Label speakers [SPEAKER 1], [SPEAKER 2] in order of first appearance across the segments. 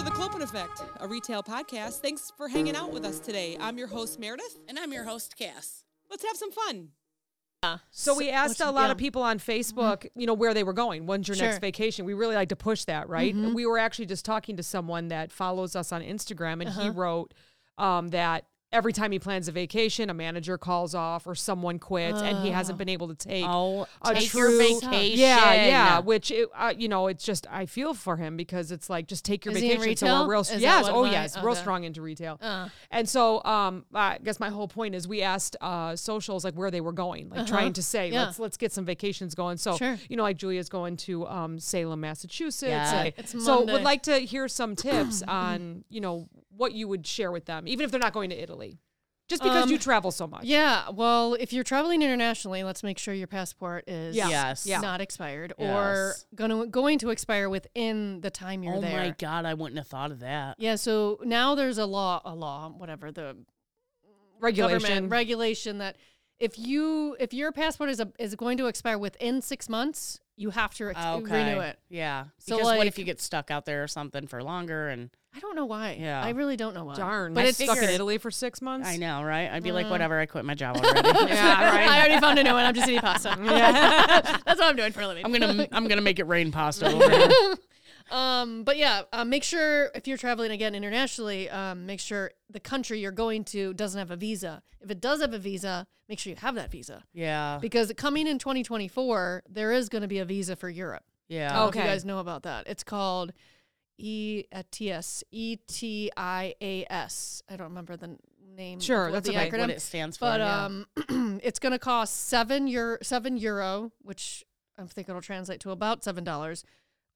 [SPEAKER 1] Effect, a retail podcast. Thanks for hanging out with us today. I'm your host, Meredith.
[SPEAKER 2] And I'm your host, Cass.
[SPEAKER 1] Let's have some fun.
[SPEAKER 3] So we asked
[SPEAKER 4] which-
[SPEAKER 3] a lot
[SPEAKER 4] yeah.
[SPEAKER 3] of people on Facebook, you know, where they were going. When's your next
[SPEAKER 4] Sure.
[SPEAKER 3] vacation? We really like to push that, right? And we were actually just talking to someone that follows us on Instagram, and he wrote um, that every time he plans a vacation, a manager calls off or someone quits, and he hasn't been able to take
[SPEAKER 4] Oh,
[SPEAKER 3] a
[SPEAKER 4] take your
[SPEAKER 3] true
[SPEAKER 4] vacation.
[SPEAKER 3] Yeah, yeah. Which it, uh, you know, it's just I feel for him because it's like just take your
[SPEAKER 4] Is he in
[SPEAKER 3] vacation. So
[SPEAKER 4] retail?
[SPEAKER 3] we're real,
[SPEAKER 4] Is that
[SPEAKER 3] yes,
[SPEAKER 4] what
[SPEAKER 3] oh
[SPEAKER 4] my-
[SPEAKER 3] yes, real
[SPEAKER 4] okay. Uh.
[SPEAKER 3] strong into retail. And so, um, I guess my whole point is we asked uh, socials like where they were going, like trying to say
[SPEAKER 4] Uh-huh. Yeah.
[SPEAKER 3] let's let's get some vacations going. So
[SPEAKER 4] Sure.
[SPEAKER 3] you know, like Julia's going to um, Salem, Massachusetts.
[SPEAKER 4] Yeah,
[SPEAKER 3] Like,
[SPEAKER 4] it's
[SPEAKER 3] so would
[SPEAKER 4] Monday.
[SPEAKER 3] like to hear some tips on you know what you would share with them, even if they're not going to Italy, just because you travel so much.
[SPEAKER 4] Um, Yeah. Well, if you're traveling internationally, let's make sure your passport is
[SPEAKER 3] Yeah.
[SPEAKER 2] Yes.
[SPEAKER 3] Yeah.
[SPEAKER 4] not expired or
[SPEAKER 2] Yes.
[SPEAKER 4] gonna going to expire within the time you're
[SPEAKER 2] oh
[SPEAKER 4] there.
[SPEAKER 2] my God, I wouldn't have thought of that.
[SPEAKER 4] Yeah. So now there's a law, a law, whatever the
[SPEAKER 3] Regulation.
[SPEAKER 4] government regulation that if you if your passport is a, is going to expire within six months, you have to
[SPEAKER 2] Ah,
[SPEAKER 4] ex- renew it.
[SPEAKER 2] Yeah.
[SPEAKER 4] So,
[SPEAKER 2] because what
[SPEAKER 4] like-
[SPEAKER 2] if you get stuck out there or something for longer? And
[SPEAKER 4] I don't know why.
[SPEAKER 2] Yeah.
[SPEAKER 4] I really don't know why.
[SPEAKER 3] Darn,
[SPEAKER 4] But
[SPEAKER 3] I
[SPEAKER 4] it's
[SPEAKER 3] stuck in
[SPEAKER 2] figured-
[SPEAKER 3] Italy for six months.
[SPEAKER 2] I know, right? I'd be
[SPEAKER 4] Mm.
[SPEAKER 2] like, whatever, I quit my job already.
[SPEAKER 3] Yeah, right.
[SPEAKER 4] I already found a new one. I'm just eating pasta. That's what I'm doing for a living.
[SPEAKER 2] I'm gonna, I'm gonna make it rain pasta over here.
[SPEAKER 4] Um, but yeah, uh, make sure if you're traveling again internationally, um, make sure the country you're going to doesn't have a visa. If it does have a visa, make sure you have that visa
[SPEAKER 2] Yeah,
[SPEAKER 4] because coming in 2024, there is going to be a visa for Europe. I
[SPEAKER 2] yeah.
[SPEAKER 4] don't know if
[SPEAKER 3] Okay.
[SPEAKER 4] you guys know about that. It's called ETIAS. E T I A S. I don't remember the n- name.
[SPEAKER 3] Sure,
[SPEAKER 4] of what
[SPEAKER 3] that's
[SPEAKER 4] the
[SPEAKER 3] okay.
[SPEAKER 4] acronym.
[SPEAKER 2] What it stands for.
[SPEAKER 4] But
[SPEAKER 2] yeah.
[SPEAKER 4] um, it's going to cost seven euro, seven euro, which I think it'll translate to about seven dollars,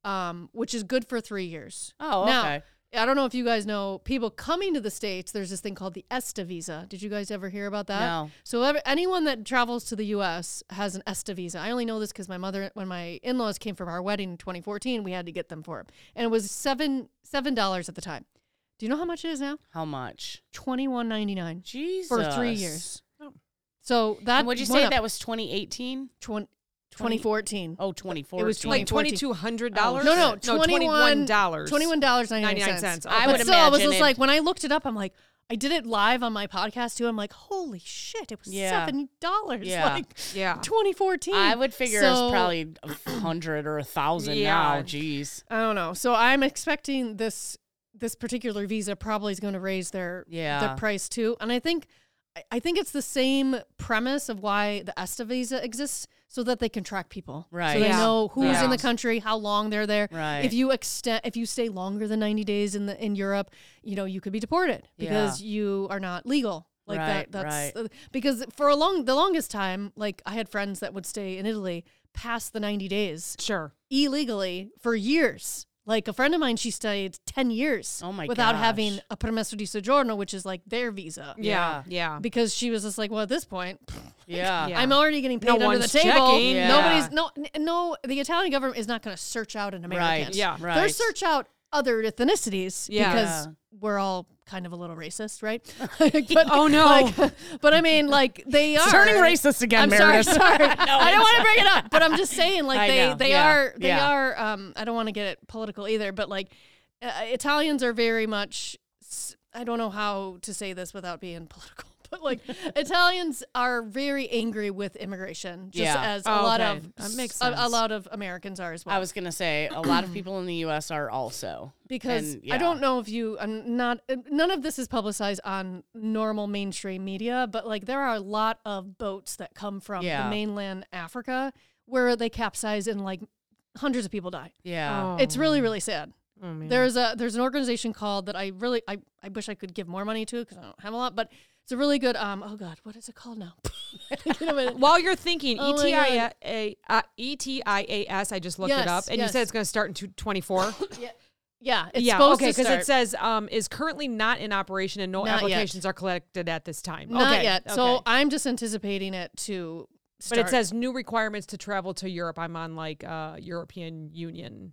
[SPEAKER 4] um, which is good for three years.
[SPEAKER 2] Oh, okay.
[SPEAKER 4] Now, I don't know if you guys know people coming to the states. There's this thing called the ESTA visa. Did you guys ever hear about that?
[SPEAKER 2] No.
[SPEAKER 4] So ever, anyone that travels to the U.S. has an ESTA visa. I only know this because my mother, when my in-laws came from our wedding in 2014, we had to get them for 'em. and it was seven seven dollars at the time. Do you know how much it is now?
[SPEAKER 2] how much?
[SPEAKER 4] Twenty one ninety nine
[SPEAKER 2] Jesus.
[SPEAKER 4] for three years. So that
[SPEAKER 2] And would you
[SPEAKER 4] went
[SPEAKER 2] say
[SPEAKER 4] up
[SPEAKER 2] that was 2018?
[SPEAKER 4] twen- 2014.
[SPEAKER 2] Oh, 2014.
[SPEAKER 3] It was like twenty two hundred dollars.
[SPEAKER 4] Oh. no, no,
[SPEAKER 3] twenty one dollars.
[SPEAKER 4] Twenty one dollars ninety
[SPEAKER 3] 99
[SPEAKER 4] nine
[SPEAKER 3] cents.
[SPEAKER 4] cents.
[SPEAKER 3] I
[SPEAKER 4] but
[SPEAKER 2] would
[SPEAKER 4] still, I was
[SPEAKER 2] imagine
[SPEAKER 4] just
[SPEAKER 2] it-
[SPEAKER 4] like when I looked it up, I'm like, I did it live on my podcast too. I'm like, holy shit, it was
[SPEAKER 2] Yeah.
[SPEAKER 4] seven dollars.
[SPEAKER 2] Yeah.
[SPEAKER 4] Like
[SPEAKER 3] Yeah.
[SPEAKER 4] 2014.
[SPEAKER 2] I would figure it
[SPEAKER 4] So,
[SPEAKER 2] was probably a hundred or a thousand
[SPEAKER 3] Yeah.
[SPEAKER 2] now. Jeez.
[SPEAKER 4] I don't know. So I'm expecting this this particular visa probably is going to raise their
[SPEAKER 2] Yeah.
[SPEAKER 4] their price too. And I think I- I think it's the same premise of why the ESTA visa exists so that they can track people.
[SPEAKER 2] Right.
[SPEAKER 4] So they
[SPEAKER 3] Yeah.
[SPEAKER 4] know who's in
[SPEAKER 2] Yeah.
[SPEAKER 4] the country, how long they're there.
[SPEAKER 2] Right.
[SPEAKER 4] If you extend if you stay longer than 90 days in the in Europe, you know, you could be deported because you are not legal. Like
[SPEAKER 2] Right,
[SPEAKER 4] that that's because for a long the longest time, like I had friends that would stay in Italy past the 90 days
[SPEAKER 3] Sure.
[SPEAKER 4] illegally for years. Like a friend of mine, she stayed 10 years
[SPEAKER 2] Oh my
[SPEAKER 4] without
[SPEAKER 2] gosh.
[SPEAKER 4] having a permesso di soggiorno, which is like their visa.
[SPEAKER 3] Yeah.
[SPEAKER 2] Yeah.
[SPEAKER 3] Yeah.
[SPEAKER 4] Because she was just like, well, at this point,
[SPEAKER 2] Yeah.
[SPEAKER 3] Yeah.
[SPEAKER 4] I'm already getting paid
[SPEAKER 3] No
[SPEAKER 4] under the
[SPEAKER 3] one's
[SPEAKER 4] table.
[SPEAKER 3] checking. Yeah.
[SPEAKER 4] Nobody's, no, n- no, the Italian government is not going to search out an American.
[SPEAKER 2] Right.
[SPEAKER 3] Yeah.
[SPEAKER 2] Right.
[SPEAKER 4] They're search out other ethnicities
[SPEAKER 3] Yeah.
[SPEAKER 4] because
[SPEAKER 2] Yeah.
[SPEAKER 4] we're all kind of a little racist, right? but,
[SPEAKER 3] Oh, no.
[SPEAKER 4] like, but I mean, like, they are.
[SPEAKER 2] Turning racist again,
[SPEAKER 4] I'm sorry,
[SPEAKER 2] Meredith.
[SPEAKER 4] sorry. I don't want to bring it up, but I'm just saying,
[SPEAKER 2] I
[SPEAKER 4] like they
[SPEAKER 2] know,
[SPEAKER 4] they
[SPEAKER 2] yeah,
[SPEAKER 4] are they
[SPEAKER 2] yeah.
[SPEAKER 4] are. Um, I don't want to get it political either, but like uh, Italians are very much. s- I don't know how to say this without being political, but like Italians are very angry with immigration, just
[SPEAKER 2] Yeah.
[SPEAKER 4] as a
[SPEAKER 3] Oh,
[SPEAKER 4] lot
[SPEAKER 3] okay.
[SPEAKER 4] of
[SPEAKER 3] That makes
[SPEAKER 4] a- A,
[SPEAKER 3] sense.
[SPEAKER 4] lot of Americans are as well.
[SPEAKER 2] I was gonna say a lot of people in the U.S. are also
[SPEAKER 4] because
[SPEAKER 2] and, yeah.
[SPEAKER 4] I don't know if you I'm not uh, none of this is publicized on normal mainstream media, but like there are a lot of boats that come from
[SPEAKER 2] Yeah.
[SPEAKER 4] the mainland Africa where they capsize and like hundreds of people die.
[SPEAKER 2] Yeah.
[SPEAKER 4] It's really really sad.
[SPEAKER 3] Oh, man.
[SPEAKER 4] There's a there's an organization called that I really I, I wish I could give more money to because I don't have a lot, but it's a really good um oh god what is it called now? Give me a minute.
[SPEAKER 3] While you're thinking, E
[SPEAKER 4] Oh my
[SPEAKER 3] ETIA uh, ETIAS, I just looked it
[SPEAKER 4] Yes,
[SPEAKER 3] up, and you said
[SPEAKER 4] yes.
[SPEAKER 3] it's going to start in 24.
[SPEAKER 4] yeah, it's
[SPEAKER 3] yeah,
[SPEAKER 4] supposed
[SPEAKER 3] okay,
[SPEAKER 4] to
[SPEAKER 3] because
[SPEAKER 4] start.
[SPEAKER 3] it says um, is currently not in operation and no
[SPEAKER 4] Not yet.
[SPEAKER 3] applications are collected at this time.
[SPEAKER 4] not
[SPEAKER 3] okay,
[SPEAKER 4] yet. So
[SPEAKER 3] okay.
[SPEAKER 4] I'm just anticipating it to.
[SPEAKER 3] but
[SPEAKER 4] Start.
[SPEAKER 3] it says new requirements to travel to Europe. I'm on like uh, European Union.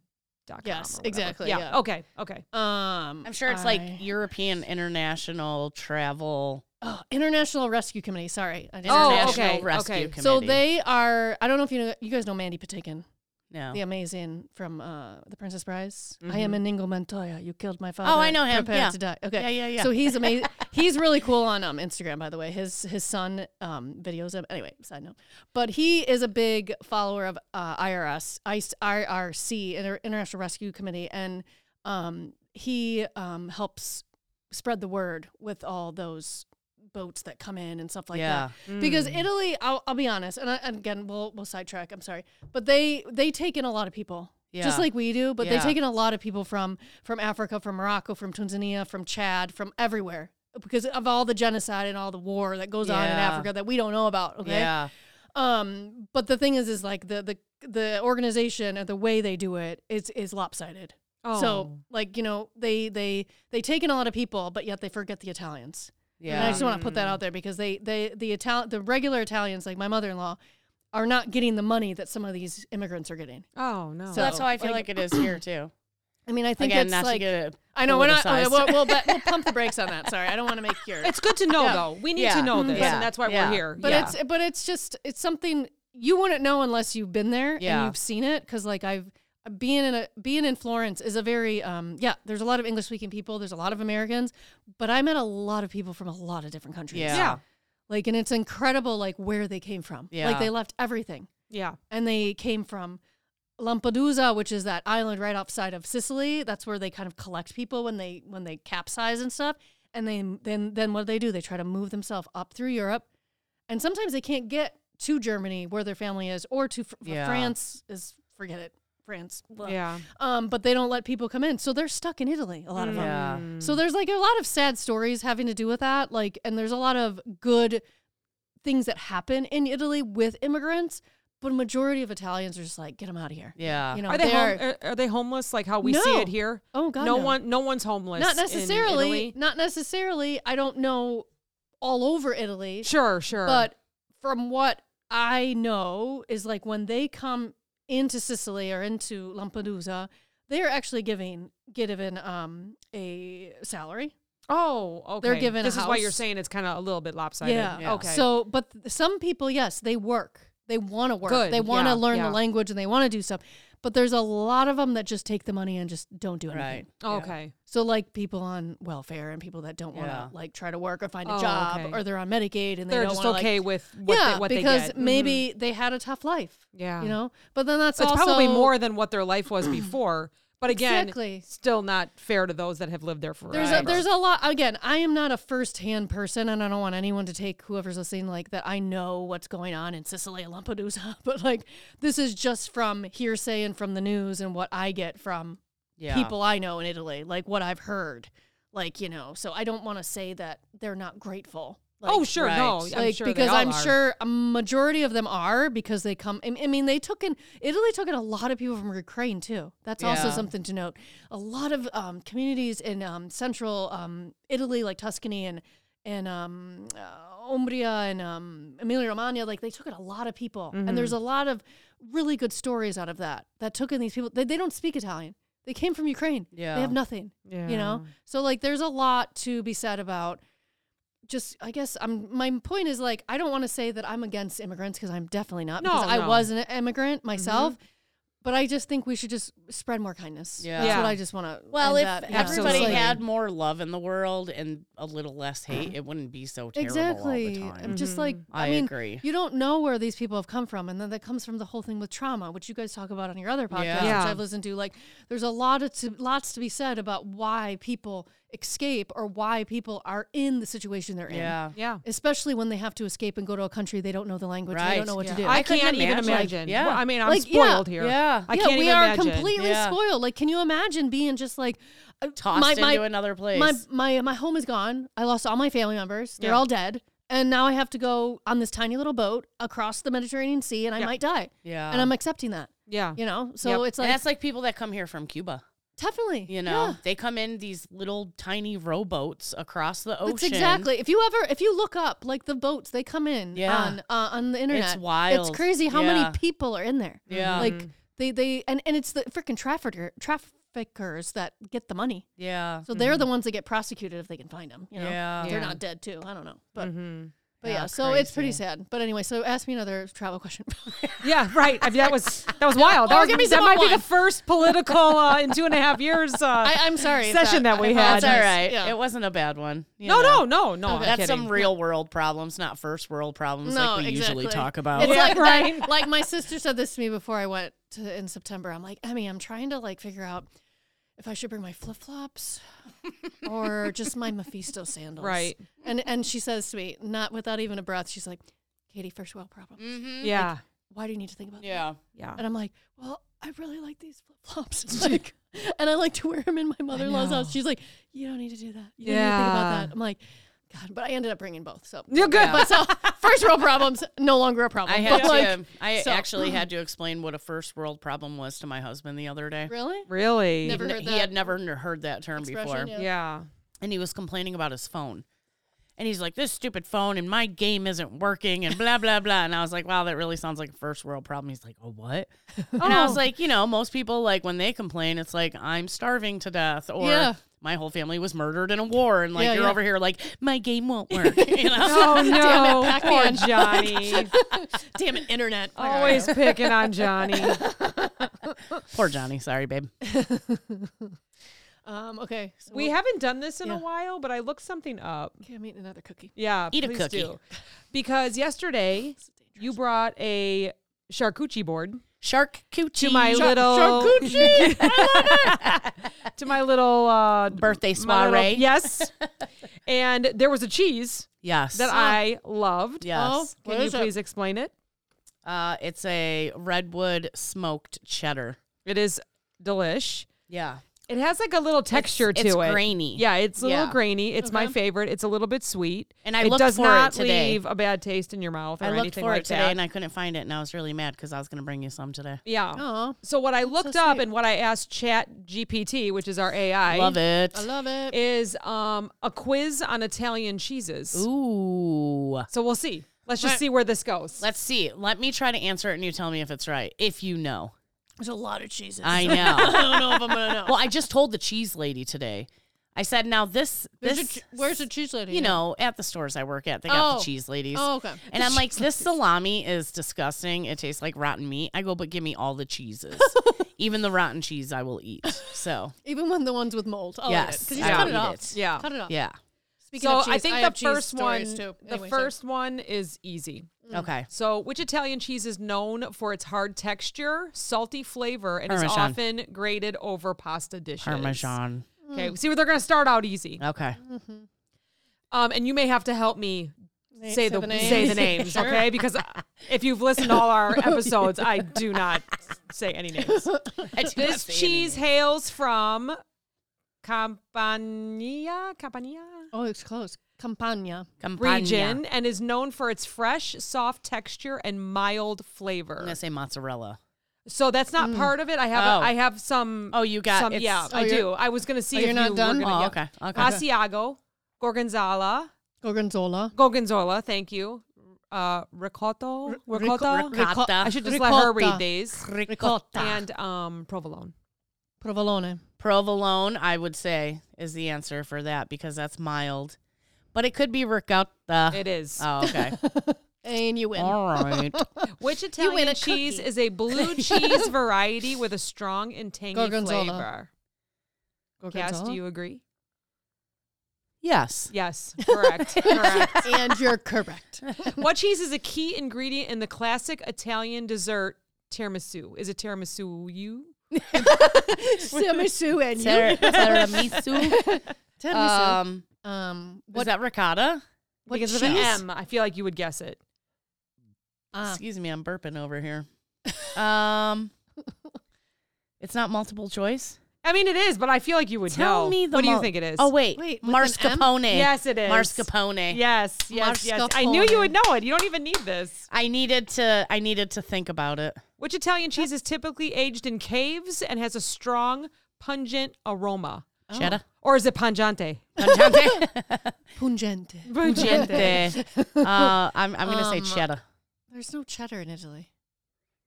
[SPEAKER 4] Yes, exactly,
[SPEAKER 3] Yeah.
[SPEAKER 4] yeah.
[SPEAKER 3] Okay. Okay.
[SPEAKER 4] um
[SPEAKER 2] I'm sure it's
[SPEAKER 4] I-
[SPEAKER 2] like European international travel,
[SPEAKER 4] Oh, International Rescue Committee. Sorry. I didn't-
[SPEAKER 3] Oh,
[SPEAKER 2] international
[SPEAKER 3] okay,
[SPEAKER 2] rescue
[SPEAKER 3] okay.
[SPEAKER 2] committee.
[SPEAKER 4] So they are. I don't know if you know. You guys know Mandy Patinkin.
[SPEAKER 2] No.
[SPEAKER 4] the amazing from uh, the Princess Prize. I am Inigo Montoya. You killed my father.
[SPEAKER 2] Mm-hmm. Oh, I know him.
[SPEAKER 4] Prepare
[SPEAKER 2] Yeah.
[SPEAKER 4] to die. Okay.
[SPEAKER 2] Yeah, yeah, yeah.
[SPEAKER 4] So he's amazing. he's really cool on um, Instagram, by the way. His his son um, videos him. Anyway, side note. But he is a big follower of uh, IRS, ICE, IRC, Inter- International Rescue Committee, and um, he um, helps spread the word with all those boats that come in and stuff like that
[SPEAKER 2] yeah.
[SPEAKER 4] because
[SPEAKER 2] Hmm.
[SPEAKER 4] Italy, I'll, I'll be honest, and, I, and again, we'll we'll sidetrack. I'm sorry, but they they take in a lot of people,
[SPEAKER 2] Yeah.
[SPEAKER 4] just like we do. But
[SPEAKER 2] Yeah.
[SPEAKER 4] they take in a lot of people from from Africa, from Morocco, from Tanzania, from Chad, from everywhere because of all the genocide and all the war that goes on in
[SPEAKER 2] Yeah.
[SPEAKER 4] Africa that we don't know about. Okay,
[SPEAKER 2] Yeah.
[SPEAKER 4] um, but the thing is, is like the the the organization or the way they do it is is lopsided. So
[SPEAKER 3] Oh.
[SPEAKER 4] like you know they they they take in a lot of people, but yet they forget the Italians. And I
[SPEAKER 2] Yeah.
[SPEAKER 4] just want to put that out there because they, they the Ital- the regular Italians like my mother in law are not getting the money that some of these immigrants are getting.
[SPEAKER 3] Oh no.
[SPEAKER 2] So that's how I feel
[SPEAKER 4] like-
[SPEAKER 2] like, it is here too.
[SPEAKER 4] I mean, I think
[SPEAKER 2] Again,
[SPEAKER 4] it's
[SPEAKER 2] not
[SPEAKER 4] like
[SPEAKER 2] to get it.
[SPEAKER 4] I know we're not. okay,
[SPEAKER 2] politicized.
[SPEAKER 4] we'll, we'll, bet- we'll pump the brakes on that. Sorry, I don't want to make your.
[SPEAKER 3] it's good to know
[SPEAKER 4] Yeah. Mm-hmm.
[SPEAKER 3] though. We need
[SPEAKER 2] Yeah.
[SPEAKER 3] to know
[SPEAKER 2] Mhm.
[SPEAKER 3] this,
[SPEAKER 2] Yeah.
[SPEAKER 3] and that's why
[SPEAKER 2] Yeah.
[SPEAKER 3] we're here.
[SPEAKER 4] But
[SPEAKER 3] yeah.
[SPEAKER 4] it's but it's just it's something you wouldn't know unless you've been there
[SPEAKER 2] Yeah.
[SPEAKER 4] and you've seen it because like I've being in a being in Florence is a very um yeah there's a lot of English speaking people there's a lot of Americans but I met a lot of people from a lot of different countries
[SPEAKER 2] Yeah.
[SPEAKER 3] yeah,
[SPEAKER 4] like and it's incredible like where they came from
[SPEAKER 2] Yeah.
[SPEAKER 4] like they left everything
[SPEAKER 3] yeah.
[SPEAKER 4] and they came from Lampedusa, which is that island right outside of Sicily. That's where they kind of collect people when they when they capsize and stuff. And they then then what do they do? They try to move themselves up through Europe, and sometimes they can't get to Germany where their family is, or to fr-
[SPEAKER 2] Yeah.
[SPEAKER 4] France is forget it, France. Blah.
[SPEAKER 3] yeah.
[SPEAKER 4] Um, but they don't let people come in, so they're stuck in Italy. A lot of them.
[SPEAKER 2] Mm. Yeah.
[SPEAKER 4] So there's like a lot of sad stories having to do with that. Like, and there's a lot of good things that happen in Italy with immigrants, but a majority of Italians are just like, get them out of here.
[SPEAKER 2] Yeah.
[SPEAKER 4] You know,
[SPEAKER 3] Are they
[SPEAKER 4] they're-
[SPEAKER 3] home, are, are they homeless like how we see
[SPEAKER 4] No.
[SPEAKER 3] it here?
[SPEAKER 4] oh god,
[SPEAKER 3] no, one, no one's homeless.
[SPEAKER 4] not
[SPEAKER 3] in
[SPEAKER 4] necessarily,
[SPEAKER 3] Italy.
[SPEAKER 4] not necessarily. I don't know all over Italy,
[SPEAKER 3] Sure, sure.
[SPEAKER 4] but from what I know is like when they come into Sicily or into Lampedusa, they are actually giving given um a salary.
[SPEAKER 3] oh, okay.
[SPEAKER 4] they're given a
[SPEAKER 3] This is why you're
[SPEAKER 4] house.
[SPEAKER 3] saying it's kind of a little bit lopsided.
[SPEAKER 4] Yeah.
[SPEAKER 2] Yeah.
[SPEAKER 3] Okay.
[SPEAKER 4] So, but th- some people, yes, they work. They want to work.
[SPEAKER 3] Good.
[SPEAKER 4] They want to
[SPEAKER 3] Yeah.
[SPEAKER 4] learn
[SPEAKER 3] Yeah.
[SPEAKER 4] the language and they want to do stuff. But there's a lot of them that just take the money and just don't do anything.
[SPEAKER 2] Right.
[SPEAKER 3] okay.
[SPEAKER 4] So, like people on welfare and people that don't want to
[SPEAKER 2] Yeah.
[SPEAKER 4] like try to work or find a
[SPEAKER 3] Oh,
[SPEAKER 4] job
[SPEAKER 3] okay.
[SPEAKER 4] or they're on Medicaid and they
[SPEAKER 3] They're
[SPEAKER 4] don't
[SPEAKER 3] just
[SPEAKER 4] wanna, like-
[SPEAKER 3] okay with what
[SPEAKER 4] yeah,
[SPEAKER 3] they, what
[SPEAKER 4] because
[SPEAKER 3] they get. Mm-hmm.
[SPEAKER 4] maybe they had a tough life.
[SPEAKER 3] Yeah.
[SPEAKER 4] You know, but then that's
[SPEAKER 3] So Mhm. it's
[SPEAKER 4] also
[SPEAKER 3] probably more than what their life was before. But again,
[SPEAKER 4] Exactly.
[SPEAKER 3] still not fair to those that have lived there forever.
[SPEAKER 4] There's a, there's a lot. Again, I am not a first-hand person, and I don't want anyone to take whoever's listening like that. I know what's going on in Sicily, and Lampedusa, but like this is just from hearsay and from the news and what I get from
[SPEAKER 2] Yeah.
[SPEAKER 4] people I know in Italy, like what I've heard, like you know. So I don't want to say that they're not grateful. Like,
[SPEAKER 3] oh sure, no,
[SPEAKER 2] right.
[SPEAKER 3] I'm
[SPEAKER 4] like
[SPEAKER 3] sure they
[SPEAKER 4] because
[SPEAKER 3] all
[SPEAKER 4] I'm
[SPEAKER 3] are.
[SPEAKER 4] sure a majority of them are because they come. I I mean, they took in Italy took in a lot of people from Ukraine too. That's also
[SPEAKER 2] Yeah.
[SPEAKER 4] something to note. A lot of um, communities in um, central um, Italy, like Tuscany and and um, uh, Umbria and um, Emilia Romagna, like they took in a lot of people, and there's a
[SPEAKER 3] Mm-hmm.
[SPEAKER 4] lot of really good stories out of that that took in these people. They, they don't speak Italian. They came from Ukraine.
[SPEAKER 2] Yeah.
[SPEAKER 4] They have nothing. You know? So like there's a lot to be said about just I guess I'm my point is like I don't want to say that I'm against immigrants because I'm definitely not because
[SPEAKER 3] No,
[SPEAKER 4] I
[SPEAKER 3] no.
[SPEAKER 4] was an
[SPEAKER 2] Mm-hmm.
[SPEAKER 4] immigrant myself. But I just think we should just spread more kindness.
[SPEAKER 2] Yeah.
[SPEAKER 4] That's
[SPEAKER 3] Yeah.
[SPEAKER 4] what I just want to.
[SPEAKER 2] Well, if everybody
[SPEAKER 3] Absolutely.
[SPEAKER 2] had more love in the world and a little less hate, it wouldn't be so terrible all
[SPEAKER 4] exactly,
[SPEAKER 2] the
[SPEAKER 4] I'm
[SPEAKER 2] time.
[SPEAKER 4] just like I,
[SPEAKER 2] Mm-hmm. I
[SPEAKER 4] mean,
[SPEAKER 2] agree.
[SPEAKER 4] you don't know where these people have come from, and then that comes from the whole thing with trauma, which you guys talk about on your other podcast,
[SPEAKER 2] Yeah.
[SPEAKER 3] Yeah.
[SPEAKER 4] which I've listened to. Like, there's a lot of to, lots to be said about why people escape or why people are in the situation they're in.
[SPEAKER 2] Yeah.
[SPEAKER 3] Yeah.
[SPEAKER 4] especially when they have to escape and go to a country they don't know the language, they
[SPEAKER 2] Right.
[SPEAKER 4] don't know what
[SPEAKER 2] Yeah.
[SPEAKER 4] to do.
[SPEAKER 3] I,
[SPEAKER 2] I couldn't
[SPEAKER 3] can't even
[SPEAKER 2] imagine, like,
[SPEAKER 3] imagine.
[SPEAKER 2] yeah.
[SPEAKER 3] Well, I mean, I'm
[SPEAKER 4] Like, yeah,
[SPEAKER 3] spoiled here.
[SPEAKER 2] yeah.
[SPEAKER 3] I
[SPEAKER 4] yeah,
[SPEAKER 3] can't
[SPEAKER 4] we
[SPEAKER 3] even
[SPEAKER 4] are
[SPEAKER 3] imagine.
[SPEAKER 4] completely
[SPEAKER 2] Yeah.
[SPEAKER 4] spoiled. Like, can you imagine being just like uh,
[SPEAKER 2] Tossed
[SPEAKER 4] my,
[SPEAKER 2] into
[SPEAKER 4] my,
[SPEAKER 2] another place.
[SPEAKER 4] my my my home is gone. I lost all my family members. They're
[SPEAKER 3] Yeah.
[SPEAKER 4] all dead, and now I have to go on this tiny little boat across the Mediterranean Sea, and I
[SPEAKER 3] Yeah.
[SPEAKER 4] might die.
[SPEAKER 2] yeah.
[SPEAKER 4] And I'm accepting that,
[SPEAKER 3] yeah.
[SPEAKER 4] you know. So
[SPEAKER 3] Yep.
[SPEAKER 4] it's
[SPEAKER 2] and
[SPEAKER 4] like
[SPEAKER 2] that's like people that come here from Cuba.
[SPEAKER 4] definitely,
[SPEAKER 2] You know,
[SPEAKER 4] Yeah.
[SPEAKER 2] they come in these little tiny rowboats across the ocean.
[SPEAKER 4] That's exactly. If you ever, if you look up like the boats, they come in
[SPEAKER 2] Yeah.
[SPEAKER 4] on uh, on the internet. It's
[SPEAKER 2] wild.
[SPEAKER 4] crazy how
[SPEAKER 2] Yeah.
[SPEAKER 4] many people are in there.
[SPEAKER 2] Yeah. Mm-hmm.
[SPEAKER 4] Like they they and and it's the freaking trafficker traffickers that get the money.
[SPEAKER 2] Yeah.
[SPEAKER 4] So they're the ones that get prosecuted if they can find them. You know?
[SPEAKER 2] Mm-hmm. Yeah.
[SPEAKER 4] They're
[SPEAKER 3] Yeah.
[SPEAKER 4] not dead too. I don't know, but But
[SPEAKER 2] Yeah,
[SPEAKER 4] yeah, so it's pretty
[SPEAKER 2] crazy.
[SPEAKER 4] sad. But anyway, so ask me another travel question.
[SPEAKER 3] Yeah, right. I mean, that was that was wild. That,
[SPEAKER 2] Oh,
[SPEAKER 4] Or
[SPEAKER 3] was,
[SPEAKER 4] give me
[SPEAKER 3] that
[SPEAKER 4] some
[SPEAKER 3] might be the
[SPEAKER 4] wine.
[SPEAKER 3] first political uh, in two and a half years. Uh,
[SPEAKER 4] I, I'm sorry. if
[SPEAKER 3] Session that we
[SPEAKER 4] I
[SPEAKER 3] had.
[SPEAKER 2] Oh, That's all
[SPEAKER 4] apologize.
[SPEAKER 2] right.
[SPEAKER 4] Yeah.
[SPEAKER 2] It wasn't a bad one. you
[SPEAKER 3] no, no,
[SPEAKER 2] know.
[SPEAKER 3] no, no. I'm
[SPEAKER 4] Okay.
[SPEAKER 2] That's
[SPEAKER 3] kidding.
[SPEAKER 2] some real world problems, not first world problems
[SPEAKER 4] no,
[SPEAKER 2] like we
[SPEAKER 4] exactly.
[SPEAKER 2] usually talk about.
[SPEAKER 4] It's
[SPEAKER 3] Yeah,
[SPEAKER 4] like
[SPEAKER 3] right.
[SPEAKER 4] that, like my sister said this to me before I went to in September. I'm like, Emmy, I'm trying to like figure out if I should bring my flip flops or just my Mephisto sandals.
[SPEAKER 3] Right.
[SPEAKER 4] And and she says to me, not without even a breath, she's like, Katie, first world problem.
[SPEAKER 2] Mhm.
[SPEAKER 3] Yeah,
[SPEAKER 4] Why do you need to think about that?
[SPEAKER 2] Yeah.
[SPEAKER 3] yeah.
[SPEAKER 4] And I'm like, well, I really like these flip flops. like, and I like to wear them in my mother in law's house.
[SPEAKER 3] know.
[SPEAKER 4] She's like, you don't need to do that. You don't need to think
[SPEAKER 3] Yeah.
[SPEAKER 4] about that. I'm like, God, but I ended up bringing both. So,
[SPEAKER 3] You're good.
[SPEAKER 4] but so first world problems, no longer a problem.
[SPEAKER 2] I had
[SPEAKER 4] But, like,
[SPEAKER 2] to, I
[SPEAKER 4] so-
[SPEAKER 2] actually had to explain what a first world problem was to my husband the other day.
[SPEAKER 4] Really?
[SPEAKER 3] Really?
[SPEAKER 4] Never
[SPEAKER 2] N-
[SPEAKER 4] heard
[SPEAKER 2] he had
[SPEAKER 4] that
[SPEAKER 2] never n- heard that term before.
[SPEAKER 4] expression, yeah.
[SPEAKER 3] Yeah.
[SPEAKER 2] And he was complaining about his phone. And he's like, this stupid phone and my game isn't working and blah, blah, blah. And I was like, wow, that really sounds like a first world problem. He's like, oh, what? And
[SPEAKER 3] Oh,
[SPEAKER 2] I was like, you know, most people, like, when they complain, it's like, I'm starving to death or
[SPEAKER 4] Yeah.
[SPEAKER 2] my whole family was murdered in a war. And, like,
[SPEAKER 4] Yeah,
[SPEAKER 2] you're
[SPEAKER 4] yeah.
[SPEAKER 2] over here, like, my game won't work. You know?
[SPEAKER 3] Oh no,
[SPEAKER 4] it,
[SPEAKER 3] poor
[SPEAKER 4] Pac-Man.
[SPEAKER 3] Johnny.
[SPEAKER 4] Damn it, internet. Like,
[SPEAKER 3] Always picking on Johnny.
[SPEAKER 2] Poor Johnny. Sorry, babe.
[SPEAKER 4] Um, okay. So
[SPEAKER 3] We
[SPEAKER 4] we'll-
[SPEAKER 3] haven't done this in a
[SPEAKER 4] Yeah.
[SPEAKER 3] while, but I looked something up.
[SPEAKER 4] Okay, I'm eating another cookie.
[SPEAKER 3] Yeah,
[SPEAKER 2] Eat a
[SPEAKER 3] please
[SPEAKER 2] cookie.
[SPEAKER 3] do. Because yesterday you brought a charcuterie board
[SPEAKER 2] Shark coochie.
[SPEAKER 3] to my
[SPEAKER 2] Shark-
[SPEAKER 3] little
[SPEAKER 2] Charcuterie.
[SPEAKER 3] to my little uh,
[SPEAKER 2] Birthday
[SPEAKER 3] my little-
[SPEAKER 2] soiree.
[SPEAKER 3] yes, and there was a cheese
[SPEAKER 2] Yes. Ah.
[SPEAKER 3] that I loved.
[SPEAKER 2] yes.
[SPEAKER 4] Oh, What
[SPEAKER 3] Can you
[SPEAKER 4] is it?
[SPEAKER 3] please explain it?
[SPEAKER 2] Uh, it's a redwood smoked cheddar.
[SPEAKER 3] It is delish.
[SPEAKER 2] Yeah.
[SPEAKER 3] It has like a little texture
[SPEAKER 2] it's
[SPEAKER 3] to it.
[SPEAKER 2] grainy.
[SPEAKER 3] Yeah, it's a little
[SPEAKER 2] Yeah.
[SPEAKER 3] grainy. It's my favorite. It's a little bit sweet.
[SPEAKER 2] And I
[SPEAKER 3] it
[SPEAKER 2] looked
[SPEAKER 3] does
[SPEAKER 2] for it
[SPEAKER 3] not
[SPEAKER 2] today.
[SPEAKER 3] leave a bad taste in your mouth or
[SPEAKER 2] I looked
[SPEAKER 3] anything
[SPEAKER 2] for
[SPEAKER 3] like
[SPEAKER 2] it today
[SPEAKER 3] that.
[SPEAKER 2] and I couldn't find it, and I was really mad because I was going to bring you some today.
[SPEAKER 3] yeah.
[SPEAKER 4] Oh,
[SPEAKER 3] So what I looked up
[SPEAKER 4] sweet.
[SPEAKER 3] and what I asked Chat GPT, which is our AI,
[SPEAKER 2] Love it.
[SPEAKER 4] I love it.
[SPEAKER 3] is um, a quiz on Italian cheeses.
[SPEAKER 2] Ooh.
[SPEAKER 3] So we'll see. Let's just see where this goes.
[SPEAKER 2] Let's see. Let me try to answer it, and you tell me if it's right. If you know,
[SPEAKER 4] There's a lot of cheeses.
[SPEAKER 2] I know.
[SPEAKER 4] I don't know if I'm gonna know.
[SPEAKER 2] well, I just told the cheese lady today. I said, "Now this,
[SPEAKER 4] There's
[SPEAKER 2] this,
[SPEAKER 4] a che- where's the cheese lady?
[SPEAKER 2] you
[SPEAKER 4] now?
[SPEAKER 2] know, at the stores I work at, they got
[SPEAKER 4] Oh.
[SPEAKER 2] the cheese ladies.
[SPEAKER 4] Oh, okay.
[SPEAKER 2] And I'm like, this salami is disgusting. It tastes like rotten meat. I go, but give me all the cheeses, even the rotten cheese I will eat. So
[SPEAKER 4] Even when the ones with mold. I'll
[SPEAKER 2] Yes,
[SPEAKER 4] Because you
[SPEAKER 2] I
[SPEAKER 4] cut
[SPEAKER 2] don't
[SPEAKER 4] it
[SPEAKER 2] eat
[SPEAKER 4] off.
[SPEAKER 2] it.
[SPEAKER 3] Yeah.
[SPEAKER 4] Cut it off.
[SPEAKER 2] yeah,
[SPEAKER 4] Speaking
[SPEAKER 3] So
[SPEAKER 4] of cheese,
[SPEAKER 3] I think
[SPEAKER 4] have
[SPEAKER 3] the
[SPEAKER 4] cheese
[SPEAKER 3] first one,
[SPEAKER 4] stories, too.
[SPEAKER 3] the
[SPEAKER 4] Anyway, sorry.
[SPEAKER 3] first one is easy.
[SPEAKER 2] okay.
[SPEAKER 3] So, which Italian cheese is known for its hard texture, salty flavor, and is
[SPEAKER 2] Parmesan.
[SPEAKER 3] often grated over pasta dishes?
[SPEAKER 2] Parmesan.
[SPEAKER 3] Okay, see where they're going to start out easy.
[SPEAKER 2] Okay.
[SPEAKER 3] Um, and you may have to help me
[SPEAKER 4] Name-
[SPEAKER 3] say the,
[SPEAKER 4] names.
[SPEAKER 3] say the names, Oh,
[SPEAKER 4] Sure.
[SPEAKER 3] okay? Because uh, if you've listened to all our episodes, I do not say any names. This cheese hails from Campania, Campania
[SPEAKER 4] Oh, it's close. Campagna.
[SPEAKER 2] Campagna.
[SPEAKER 3] region and is known for its fresh, soft texture and mild
[SPEAKER 2] I'm
[SPEAKER 3] flavor.
[SPEAKER 2] gonna say mozzarella.
[SPEAKER 3] So that's
[SPEAKER 4] Mm.
[SPEAKER 3] not part of it. I have
[SPEAKER 2] Oh.
[SPEAKER 3] a, I have some.
[SPEAKER 2] Oh, you got-
[SPEAKER 3] some,
[SPEAKER 2] it's-
[SPEAKER 3] yeah.
[SPEAKER 2] oh,
[SPEAKER 3] I
[SPEAKER 4] you're-
[SPEAKER 3] do. I was gonna see
[SPEAKER 4] oh,
[SPEAKER 3] if
[SPEAKER 4] you're not
[SPEAKER 3] you
[SPEAKER 4] done?
[SPEAKER 3] Were
[SPEAKER 2] Oh,
[SPEAKER 3] gonna,
[SPEAKER 2] okay. Okay.
[SPEAKER 3] Asiago, gorgonzola,
[SPEAKER 4] Gorgonzola.
[SPEAKER 3] gorgonzola. Thank you. Uh, ricotta, ricotta.
[SPEAKER 4] Ricotta.
[SPEAKER 2] Ricotta.
[SPEAKER 3] I should just let her read
[SPEAKER 4] Ricotta.
[SPEAKER 3] these.
[SPEAKER 2] Ricotta.
[SPEAKER 3] And um, provolone.
[SPEAKER 4] Provolone.
[SPEAKER 2] Provolone, I would say, is the answer for that because that's mild, but it could be ricotta.
[SPEAKER 3] It is.
[SPEAKER 2] Oh, okay.
[SPEAKER 4] And you win.
[SPEAKER 2] All right.
[SPEAKER 3] Which
[SPEAKER 4] win
[SPEAKER 3] Italian
[SPEAKER 4] a
[SPEAKER 3] cheese
[SPEAKER 4] cookie.
[SPEAKER 3] is a blue cheese variety with a strong and tangy
[SPEAKER 4] Gorgonzola.
[SPEAKER 3] flavor? Cass, do you agree?
[SPEAKER 2] Yes.
[SPEAKER 3] Yes, correct. correct.
[SPEAKER 4] and you're correct.
[SPEAKER 3] What cheese is a key ingredient in the classic Italian dessert tiramisu? Is it tiramisu you?
[SPEAKER 4] Tiramisu and
[SPEAKER 2] Tira- Tiramisu.
[SPEAKER 4] you. Tiramisu.
[SPEAKER 2] um,
[SPEAKER 4] Um,
[SPEAKER 2] was that ricotta? What
[SPEAKER 3] because of
[SPEAKER 2] cheese?
[SPEAKER 3] an M, I feel like you would guess it.
[SPEAKER 4] uh,
[SPEAKER 2] Excuse me, I'm burping over here. Um, it's not multiple choice.
[SPEAKER 3] I mean, it is, but I feel like you would
[SPEAKER 2] Tell
[SPEAKER 3] know.
[SPEAKER 2] me the
[SPEAKER 3] what do you
[SPEAKER 2] mul-
[SPEAKER 3] think it is?
[SPEAKER 2] Oh wait,
[SPEAKER 4] Wait, with an M?
[SPEAKER 2] mascarpone.
[SPEAKER 3] Yes, it is.
[SPEAKER 2] mascarpone.
[SPEAKER 3] Yes, yes, yes. I knew you would know it. You don't even need this.
[SPEAKER 2] I needed to. I needed to think about it.
[SPEAKER 3] Which Italian cheese is typically aged in caves and has a strong, pungent aroma?
[SPEAKER 2] Cheddar.
[SPEAKER 3] Or is it pungente?
[SPEAKER 4] pungente.
[SPEAKER 2] Gente. uh, I'm, I'm gonna say cheddar.
[SPEAKER 4] There's no cheddar in Italy.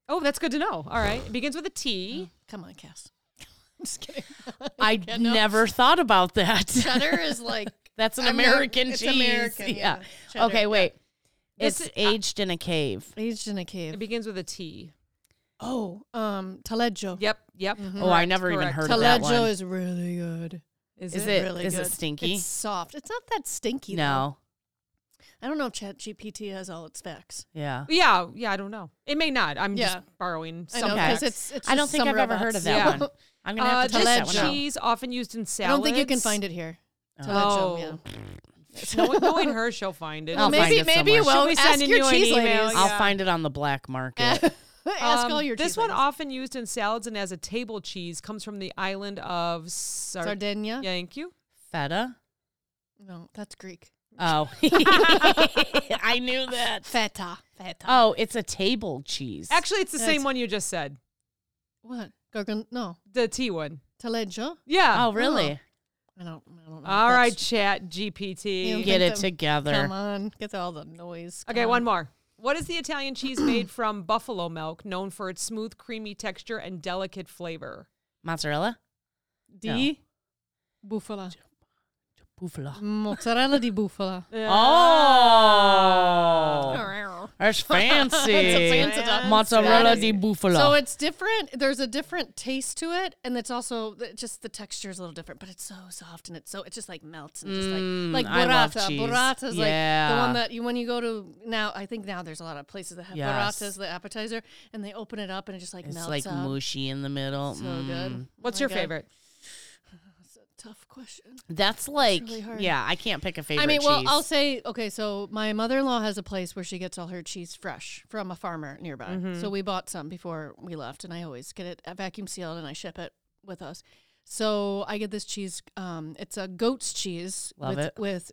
[SPEAKER 3] Oh, that's good to know. All right. It begins with a T.
[SPEAKER 4] Come on, Cass. I'm just kidding.
[SPEAKER 2] I never thought about that.
[SPEAKER 4] cheddar is like
[SPEAKER 2] That's an
[SPEAKER 4] I'm not-
[SPEAKER 2] American
[SPEAKER 4] it's
[SPEAKER 2] cheese.
[SPEAKER 4] American, yeah. Cheddar,
[SPEAKER 2] okay,
[SPEAKER 4] yeah.
[SPEAKER 2] wait. It's aged in a cave.
[SPEAKER 4] Aged in a
[SPEAKER 2] Oh.
[SPEAKER 3] It
[SPEAKER 4] cave.
[SPEAKER 3] begins with a T.
[SPEAKER 4] Oh, um, Taleggio.
[SPEAKER 3] Yep, yep.
[SPEAKER 2] Oh, I never even
[SPEAKER 3] correct.
[SPEAKER 2] heard of that
[SPEAKER 4] Taleggio
[SPEAKER 2] one.
[SPEAKER 4] is really good.
[SPEAKER 3] Is,
[SPEAKER 2] Is
[SPEAKER 3] it?
[SPEAKER 2] it
[SPEAKER 4] really
[SPEAKER 2] is
[SPEAKER 4] good.
[SPEAKER 2] it stinky?
[SPEAKER 4] It's soft. It's not that stinky. though.
[SPEAKER 2] no.
[SPEAKER 4] I don't know if ChatGPT has all its facts.
[SPEAKER 2] Yeah.
[SPEAKER 3] Yeah, yeah. I don't know. It may not. I'm
[SPEAKER 4] Yeah.
[SPEAKER 3] just borrowing
[SPEAKER 4] I
[SPEAKER 3] some.
[SPEAKER 4] know
[SPEAKER 2] Okay.
[SPEAKER 4] because
[SPEAKER 3] facts.
[SPEAKER 4] it's, it's
[SPEAKER 2] I don't
[SPEAKER 4] just
[SPEAKER 2] think
[SPEAKER 4] some
[SPEAKER 2] I've ever
[SPEAKER 4] robots.
[SPEAKER 2] heard of that
[SPEAKER 3] Yeah.
[SPEAKER 2] one. I'm gonna
[SPEAKER 3] Uh,
[SPEAKER 2] have to check that
[SPEAKER 3] just
[SPEAKER 2] one out.
[SPEAKER 3] cheese, often used in
[SPEAKER 4] I
[SPEAKER 3] salads.
[SPEAKER 4] don't think you can find it here.
[SPEAKER 2] Oh.
[SPEAKER 4] Taleggio, yeah.
[SPEAKER 3] Oh. No, knowing her, she'll find it.
[SPEAKER 2] I'll
[SPEAKER 4] maybe
[SPEAKER 2] find it
[SPEAKER 4] maybe
[SPEAKER 2] somewhere.
[SPEAKER 4] well
[SPEAKER 3] Should we
[SPEAKER 4] ask
[SPEAKER 3] send in
[SPEAKER 4] your
[SPEAKER 3] you an
[SPEAKER 4] cheese
[SPEAKER 3] email?
[SPEAKER 4] ladies.
[SPEAKER 2] I'll
[SPEAKER 3] Yeah.
[SPEAKER 2] find it on the black market.
[SPEAKER 4] ask
[SPEAKER 3] Um,
[SPEAKER 4] all your
[SPEAKER 3] This
[SPEAKER 4] cheese
[SPEAKER 3] one,
[SPEAKER 4] ladies.
[SPEAKER 3] often used in salads and as a table cheese, comes from the island of Sar-
[SPEAKER 4] Sardinia.
[SPEAKER 3] Thank you.
[SPEAKER 2] Feta.
[SPEAKER 4] No, that's Greek.
[SPEAKER 2] Oh, I knew that.
[SPEAKER 4] Feta. Feta.
[SPEAKER 2] Oh, it's a table cheese.
[SPEAKER 3] Actually, it's the
[SPEAKER 4] That's-
[SPEAKER 3] same one you just said.
[SPEAKER 4] what? Gorgon? No.
[SPEAKER 3] The T one.
[SPEAKER 4] Taleggio.
[SPEAKER 3] Yeah.
[SPEAKER 2] oh really?
[SPEAKER 4] I don't. I don't know.
[SPEAKER 3] All
[SPEAKER 4] That's-
[SPEAKER 3] right, Chat GPT.
[SPEAKER 4] You-
[SPEAKER 2] Get
[SPEAKER 4] think
[SPEAKER 2] it
[SPEAKER 4] that-
[SPEAKER 2] together.
[SPEAKER 4] Come on, get all the noise.
[SPEAKER 3] Okay,
[SPEAKER 4] Come
[SPEAKER 3] one
[SPEAKER 4] on.
[SPEAKER 3] more. What is the Italian cheese made from buffalo milk, known for its smooth, creamy texture and delicate flavor?
[SPEAKER 2] Mozzarella.
[SPEAKER 4] Di bufala.
[SPEAKER 2] Buffalo.
[SPEAKER 4] Mm. Mozzarella di bufala.
[SPEAKER 3] Ah.
[SPEAKER 2] Oh,
[SPEAKER 4] So
[SPEAKER 2] that's fancy.
[SPEAKER 4] That's a fancy-
[SPEAKER 2] Mozzarella
[SPEAKER 4] that
[SPEAKER 2] di
[SPEAKER 4] is-
[SPEAKER 2] buffalo.
[SPEAKER 4] it's different. There's a different taste to it, and it's also th- just the texture is a little different. But it's so soft, and it's so it just like melts and just
[SPEAKER 2] Mm,
[SPEAKER 4] like like
[SPEAKER 2] I love
[SPEAKER 4] burrata.
[SPEAKER 2] cheese.
[SPEAKER 4] Burrata's like
[SPEAKER 2] Yeah.
[SPEAKER 4] the one that you when you go to now. I think now there's a lot of places that have
[SPEAKER 2] Yes.
[SPEAKER 4] burratas, the appetizer, and they open it up and it just like
[SPEAKER 2] it's
[SPEAKER 4] melts
[SPEAKER 2] like
[SPEAKER 4] up.
[SPEAKER 2] mushy in the middle.
[SPEAKER 4] So good.
[SPEAKER 2] Mm.
[SPEAKER 3] What's
[SPEAKER 4] Oh
[SPEAKER 3] your
[SPEAKER 4] my God.
[SPEAKER 3] favorite?
[SPEAKER 4] That's a tough question.
[SPEAKER 2] That's like
[SPEAKER 4] really hard.
[SPEAKER 2] yeah. I can't pick a favorite.
[SPEAKER 4] I mean, well,
[SPEAKER 2] cheese.
[SPEAKER 4] I'll say okay. So my mother-in-law has a place where she gets all her cheese fresh from a farmer nearby.
[SPEAKER 2] Mm-hmm.
[SPEAKER 4] So we bought some before we left, and I always get it uh, vacuum sealed and I ship it with us. So I get this cheese. Um, it's a goat's cheese
[SPEAKER 2] Love
[SPEAKER 4] with
[SPEAKER 2] it.
[SPEAKER 4] with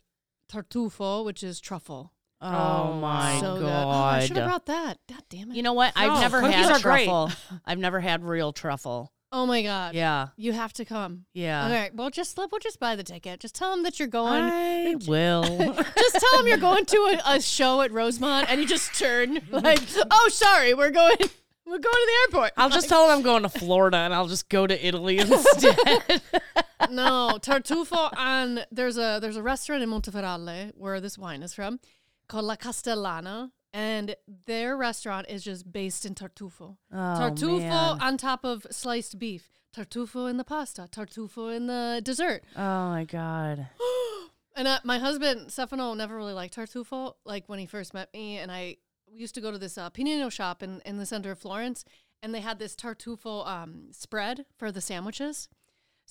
[SPEAKER 4] tartufo, which is truffle.
[SPEAKER 2] Oh
[SPEAKER 3] Oh,
[SPEAKER 2] my
[SPEAKER 4] so good. Oh, I
[SPEAKER 2] god.
[SPEAKER 4] should have brought that. God damn it!
[SPEAKER 2] you know what? I've
[SPEAKER 3] No,
[SPEAKER 2] never
[SPEAKER 3] cookies
[SPEAKER 2] had
[SPEAKER 3] are great.
[SPEAKER 2] truffle. I've never had real truffle.
[SPEAKER 4] oh my god!
[SPEAKER 2] Yeah.
[SPEAKER 4] You have to come.
[SPEAKER 2] Yeah.
[SPEAKER 4] All right. Well, just we'll just buy the ticket. Just tell them that you're going.
[SPEAKER 2] I will.
[SPEAKER 4] just tell them you're going to a, a show at Rosemont and you just turn like, oh, sorry, we're going, we're going to the airport.
[SPEAKER 2] I'll just tell them I'm going to Florida and I'll just go to Italy instead.
[SPEAKER 4] no tartufo on there's a there's a restaurant in Monteferralle where this wine is from called La Castellana. And their restaurant is just based in tartufo. tartufo
[SPEAKER 2] man.
[SPEAKER 4] on top of sliced beef, tartufo in the pasta, tartufo in the dessert.
[SPEAKER 2] oh my god.
[SPEAKER 4] And uh, my husband Stefano never really liked tartufo. Like when he first met me, and I we used to go to this uh, Pinino shop in in the center of Florence, and they had this tartufo um, spread for the sandwiches.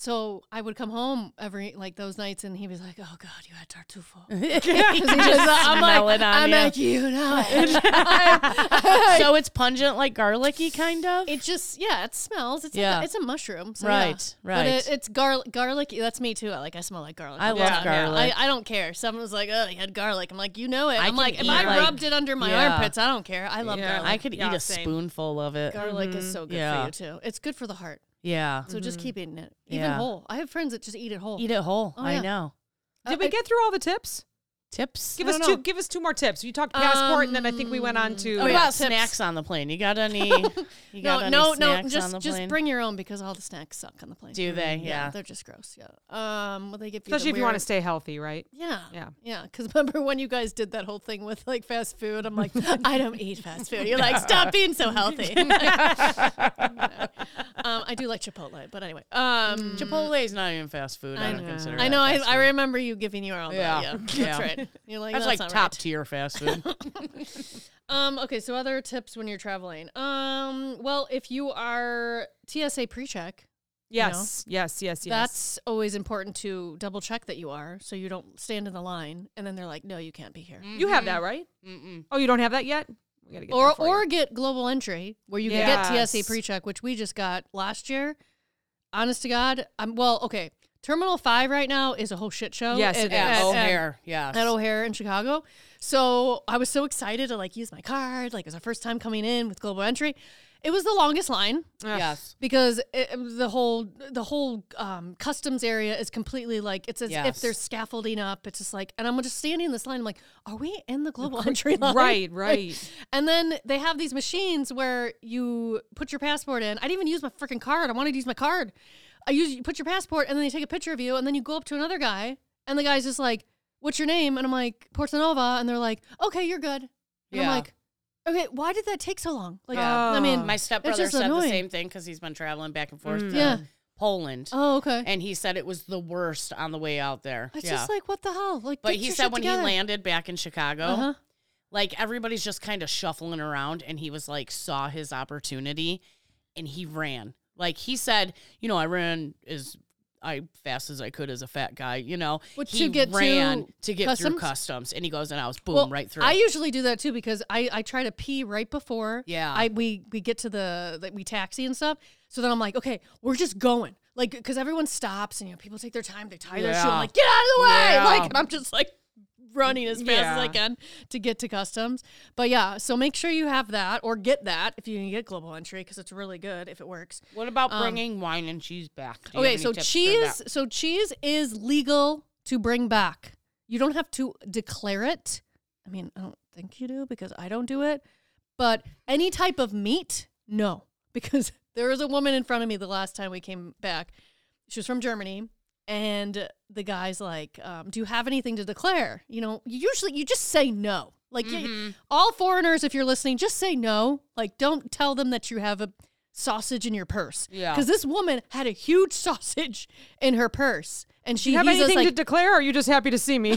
[SPEAKER 4] So I would come home every like those nights, and he was like, "Oh God, you had tartufo." 'Cause he just, uh, I'm
[SPEAKER 2] smell
[SPEAKER 4] like,
[SPEAKER 2] it on
[SPEAKER 4] I'm
[SPEAKER 2] you.
[SPEAKER 4] like, you know, it.
[SPEAKER 2] so it's pungent like garlicky kind of?
[SPEAKER 4] It just yeah, it smells. It's
[SPEAKER 2] Yeah.
[SPEAKER 4] like a, it's a mushroom, so
[SPEAKER 2] Right,
[SPEAKER 4] yeah.
[SPEAKER 2] right.
[SPEAKER 4] But it, it's garlic, garlic. That's me too. I Like I smell like garlic.
[SPEAKER 2] I
[SPEAKER 4] all the
[SPEAKER 2] love
[SPEAKER 4] time.
[SPEAKER 2] garlic.
[SPEAKER 4] I, I don't care. Someone was like, "Oh, you had garlic." I'm like, you know it.
[SPEAKER 2] I
[SPEAKER 4] I'm
[SPEAKER 2] can
[SPEAKER 4] like, if
[SPEAKER 2] eat,
[SPEAKER 4] I
[SPEAKER 2] like-
[SPEAKER 4] rubbed it under my
[SPEAKER 2] yeah.
[SPEAKER 4] armpits, I don't care. I love
[SPEAKER 3] Yeah.
[SPEAKER 4] garlic.
[SPEAKER 2] I could
[SPEAKER 3] Yeah,
[SPEAKER 2] eat a
[SPEAKER 3] same.
[SPEAKER 2] spoonful of it.
[SPEAKER 4] garlic is so good
[SPEAKER 2] Yeah.
[SPEAKER 4] for you too. It's good for the heart.
[SPEAKER 2] Yeah.
[SPEAKER 4] So just keep eating it, even
[SPEAKER 2] Yeah.
[SPEAKER 4] whole. I have friends that just eat it whole.
[SPEAKER 2] Eat it whole.
[SPEAKER 4] Oh,
[SPEAKER 2] I
[SPEAKER 4] yeah.
[SPEAKER 2] know.
[SPEAKER 4] Uh,
[SPEAKER 3] Did we
[SPEAKER 4] I-
[SPEAKER 3] get through all the tips?
[SPEAKER 2] Tips.
[SPEAKER 3] Give
[SPEAKER 4] I
[SPEAKER 3] us
[SPEAKER 4] don't
[SPEAKER 3] two.
[SPEAKER 4] know.
[SPEAKER 3] Give us two more tips. You talked passport, and then I think we went on to.
[SPEAKER 4] oh,
[SPEAKER 2] what
[SPEAKER 4] yeah,
[SPEAKER 2] about
[SPEAKER 4] tips.
[SPEAKER 2] snacks on the plane? You got any? You
[SPEAKER 4] no,
[SPEAKER 2] got
[SPEAKER 4] no,
[SPEAKER 2] any
[SPEAKER 4] no.
[SPEAKER 2] snacks on
[SPEAKER 4] Just,
[SPEAKER 2] the
[SPEAKER 4] just
[SPEAKER 2] plane?
[SPEAKER 4] bring your own because all the snacks suck on the plane.
[SPEAKER 2] Do they? Yeah.
[SPEAKER 4] they're just gross. Yeah. Um, well, they give you the
[SPEAKER 3] Especially if you want to
[SPEAKER 4] weird-
[SPEAKER 3] stay healthy, right?
[SPEAKER 4] Yeah.
[SPEAKER 3] Yeah.
[SPEAKER 4] Yeah. Because remember when you guys did that whole thing with like fast food? I'm like, I don't eat fast food. You're like, stop being so healthy. um, I do like Chipotle, but anyway. Um,
[SPEAKER 2] Chipotle is not even fast food. I,
[SPEAKER 4] I
[SPEAKER 2] don't consider
[SPEAKER 4] I
[SPEAKER 2] that
[SPEAKER 4] know. I,
[SPEAKER 2] Mm. fast
[SPEAKER 4] I
[SPEAKER 2] food.
[SPEAKER 4] remember you giving your all.
[SPEAKER 2] Yeah.
[SPEAKER 4] Yeah. yeah. That's
[SPEAKER 2] Yeah.
[SPEAKER 4] right. You're like,
[SPEAKER 2] That's,
[SPEAKER 4] that's not
[SPEAKER 2] like top
[SPEAKER 4] right."
[SPEAKER 2] tier fast food.
[SPEAKER 4] Um, okay. So other tips when you're traveling. Um, well, if you are TSA pre-check,
[SPEAKER 3] Yes, yes, yes, yes.
[SPEAKER 4] that's always important to double check that you are, so you don't stand in the line and then they're like, no, you can't be here.
[SPEAKER 3] you have that right.
[SPEAKER 2] Mm-mm.
[SPEAKER 3] Oh, you don't have that yet. We gotta get
[SPEAKER 4] mm-hmm. or
[SPEAKER 3] that for you.
[SPEAKER 4] or get global entry where you can get TSA
[SPEAKER 3] Yes.
[SPEAKER 4] PreCheck, which we just got last year. Honest to God, I'm well. Okay, Terminal Five right now is a whole shit show.
[SPEAKER 3] Yes, it is.
[SPEAKER 4] at-
[SPEAKER 2] O'Hare. Oh, Yes.
[SPEAKER 4] At O'Hare in Chicago, so I was so excited to like use my card. Like it was our first time coming in with global entry. It was the longest line
[SPEAKER 3] Ugh.
[SPEAKER 2] Yes.
[SPEAKER 4] because it, the whole the whole um, customs area is completely like it's as if
[SPEAKER 2] Yes.
[SPEAKER 4] there's scaffolding up. It's just like, and I'm just standing in this line. I'm like, are we in the global entry line?
[SPEAKER 3] Right, right.
[SPEAKER 4] And then they have these machines where you put your passport in. I didn't even use my freaking card. I wanted to use my card. I use you put your passport, and then they take a picture of you, and then you go up to another guy, and the guy's just like, "What's your name?" And I'm like, "Portanova," and they're like, "Okay, you're good." And
[SPEAKER 2] Yeah.
[SPEAKER 4] I'm like, okay, why did that take so long? Like, I mean,
[SPEAKER 2] My stepbrother
[SPEAKER 4] just
[SPEAKER 2] said the
[SPEAKER 4] annoying.
[SPEAKER 2] same thing because he's been traveling back and forth to
[SPEAKER 4] Yeah.
[SPEAKER 2] Poland.
[SPEAKER 4] oh, okay.
[SPEAKER 2] And he said it was the worst on the way out there.
[SPEAKER 4] It's
[SPEAKER 2] yeah.
[SPEAKER 4] just like, what the hell? Like,
[SPEAKER 2] but
[SPEAKER 4] get
[SPEAKER 2] he
[SPEAKER 4] your
[SPEAKER 2] said
[SPEAKER 4] shit
[SPEAKER 2] when
[SPEAKER 4] together.
[SPEAKER 2] he landed back in Chicago,
[SPEAKER 4] Uh-huh.
[SPEAKER 2] like everybody's just kind of shuffling around and he was like saw his opportunity and he ran like he said you know i ran as I fast as I could as a fat guy, you know.
[SPEAKER 4] What,
[SPEAKER 2] he
[SPEAKER 4] to get
[SPEAKER 2] ran
[SPEAKER 4] to
[SPEAKER 2] get through
[SPEAKER 4] customs?
[SPEAKER 2] customs, and he goes, and I was boom
[SPEAKER 4] Well,
[SPEAKER 2] right through.
[SPEAKER 4] I usually do that too because I, I try to pee right before.
[SPEAKER 2] Yeah.
[SPEAKER 4] I we we get to the that we taxi and stuff. So then I'm like, okay, we're just going. Like, because everyone stops and you know people take their time, they tie their shoe.
[SPEAKER 2] Yeah.
[SPEAKER 4] I'm like, get out of the way!
[SPEAKER 2] Yeah.
[SPEAKER 4] Like, and I'm just like running as fast as I
[SPEAKER 3] Yeah.
[SPEAKER 4] can to get to customs. But yeah, so make sure you have that or get that if you can get global entry because it's really good if it works.
[SPEAKER 2] what about bringing wine and cheese back? Do you have
[SPEAKER 4] Okay,
[SPEAKER 2] any
[SPEAKER 4] so
[SPEAKER 2] tips for that?
[SPEAKER 4] cheese. So cheese is legal to bring back. You don't have to declare it. I mean, I don't think you do because I don't do it. But any type of meat, no, because there was a woman in front of me the last time we came back. She was from Germany, and the guy's like, um, "Do you have anything to declare?" You know, you usually you just say no. Like you-
[SPEAKER 3] Mm-hmm.
[SPEAKER 4] all foreigners, if you're listening, just say no. Like don't tell them that you have a sausage in your purse.
[SPEAKER 2] Yeah.
[SPEAKER 4] Because this woman had a huge sausage in her purse, and she
[SPEAKER 3] Do you have
[SPEAKER 4] he's just
[SPEAKER 3] anything to
[SPEAKER 4] like,
[SPEAKER 3] declare? Or are you just happy to see me? you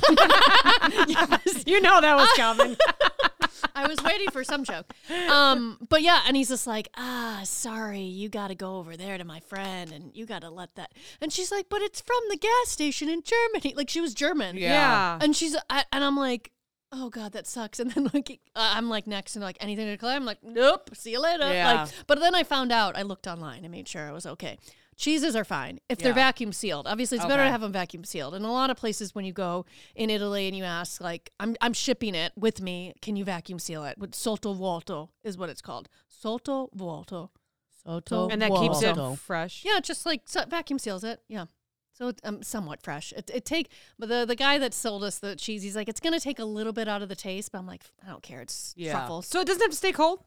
[SPEAKER 3] know that was coming.
[SPEAKER 4] I was waiting for some joke. Um, but yeah, and he's just like, ah, sorry, you got to go over there to my friend, and you got to let that. And she's like, but it's from the gas station in Germany. Like she was German.
[SPEAKER 2] Yeah.
[SPEAKER 3] yeah.
[SPEAKER 4] And she's I, and I'm like, oh god, that sucks. And then like uh, I'm like next and like anything to declare. I'm like, nope, see you later.
[SPEAKER 2] Yeah.
[SPEAKER 4] Like, but then I found out. I looked online and made sure I was okay. Cheeses are fine if they're
[SPEAKER 2] Yeah.
[SPEAKER 4] vacuum sealed. Obviously, it's better
[SPEAKER 2] Okay.
[SPEAKER 4] to have them vacuum sealed. And a lot of places, when you go in Italy and you ask, like, I'm I'm shipping it with me. Can you vacuum seal it? With sotto vuoto is what it's called. Sotto vuoto. Sotto.
[SPEAKER 3] And that keeps
[SPEAKER 2] Whoa.
[SPEAKER 3] it fresh.
[SPEAKER 4] Yeah, just like so vacuum seals it. Yeah. So it's um, somewhat fresh. It, it take, but the, the guy that sold us the cheese, he's like, it's gonna take a little bit out of the taste, but I'm like, I don't care. It's
[SPEAKER 2] Yeah.
[SPEAKER 4] truffles.
[SPEAKER 3] So it doesn't have to stay cold.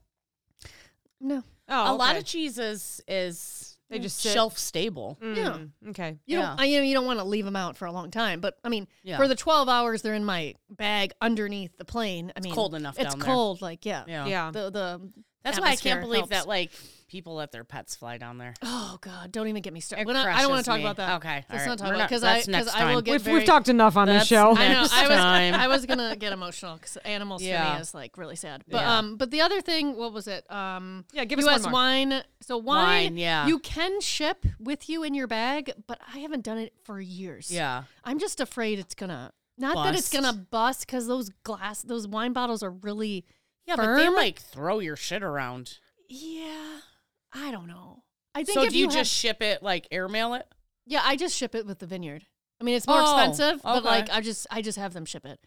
[SPEAKER 4] No,
[SPEAKER 3] Oh,
[SPEAKER 2] A lot
[SPEAKER 3] okay.
[SPEAKER 2] of cheeses is
[SPEAKER 3] They just sit.
[SPEAKER 2] shelf stable.
[SPEAKER 4] Yeah.
[SPEAKER 3] Mm, Okay.
[SPEAKER 4] you
[SPEAKER 2] Hmm. Yeah.
[SPEAKER 4] don't. I, you know, you don't want to leave them out for a long time. But I mean,
[SPEAKER 2] Yeah.
[SPEAKER 4] for the 12 hours they're in my bag underneath the plane. I mean,
[SPEAKER 2] cold enough
[SPEAKER 4] It's
[SPEAKER 2] down there.
[SPEAKER 4] cold. Like yeah.
[SPEAKER 2] Yeah,
[SPEAKER 3] Yeah.
[SPEAKER 4] The the.
[SPEAKER 2] that's why I
[SPEAKER 4] atmosphere
[SPEAKER 2] can't believe
[SPEAKER 4] helps.
[SPEAKER 2] that like people let their pets fly down there.
[SPEAKER 4] Oh God! Don't even get me started.
[SPEAKER 2] It
[SPEAKER 4] We're not- I don't want
[SPEAKER 2] crushes
[SPEAKER 4] to talk
[SPEAKER 2] me.
[SPEAKER 4] about that.
[SPEAKER 2] Okay, all
[SPEAKER 4] let's
[SPEAKER 2] right.
[SPEAKER 4] not talk
[SPEAKER 2] We're
[SPEAKER 4] about
[SPEAKER 2] not-
[SPEAKER 4] because I
[SPEAKER 2] that's next
[SPEAKER 4] because I will
[SPEAKER 2] time.
[SPEAKER 4] get
[SPEAKER 3] We've,
[SPEAKER 4] very-
[SPEAKER 3] we've talked enough on this
[SPEAKER 2] That's
[SPEAKER 3] show.
[SPEAKER 4] I know.
[SPEAKER 2] next
[SPEAKER 4] I was
[SPEAKER 2] time.
[SPEAKER 4] I was gonna get emotional because animals to
[SPEAKER 2] Yeah.
[SPEAKER 4] me is like really sad. But
[SPEAKER 2] Yeah.
[SPEAKER 4] um, but the other thing, what was it? Um,
[SPEAKER 3] Yeah, give us
[SPEAKER 4] U.S.
[SPEAKER 3] one more.
[SPEAKER 4] wine. So wine,
[SPEAKER 2] Wine, yeah.
[SPEAKER 4] you can ship with you in your bag, but I haven't done it for years.
[SPEAKER 2] Yeah,
[SPEAKER 4] I'm just afraid it's gonna not that it's
[SPEAKER 2] Bust.
[SPEAKER 4] gonna bust because those glass those wine bottles are really
[SPEAKER 2] yeah, but they
[SPEAKER 4] Firm?
[SPEAKER 2] like throw your shit around.
[SPEAKER 4] yeah. I don't know. I think
[SPEAKER 2] So
[SPEAKER 4] if
[SPEAKER 2] do you,
[SPEAKER 4] have-
[SPEAKER 2] just ship it like airmail it?
[SPEAKER 4] yeah, I just ship it with the vineyard. I mean, it's more
[SPEAKER 2] Oh,
[SPEAKER 4] expensive, but
[SPEAKER 2] okay.
[SPEAKER 4] like I just I just have them ship it.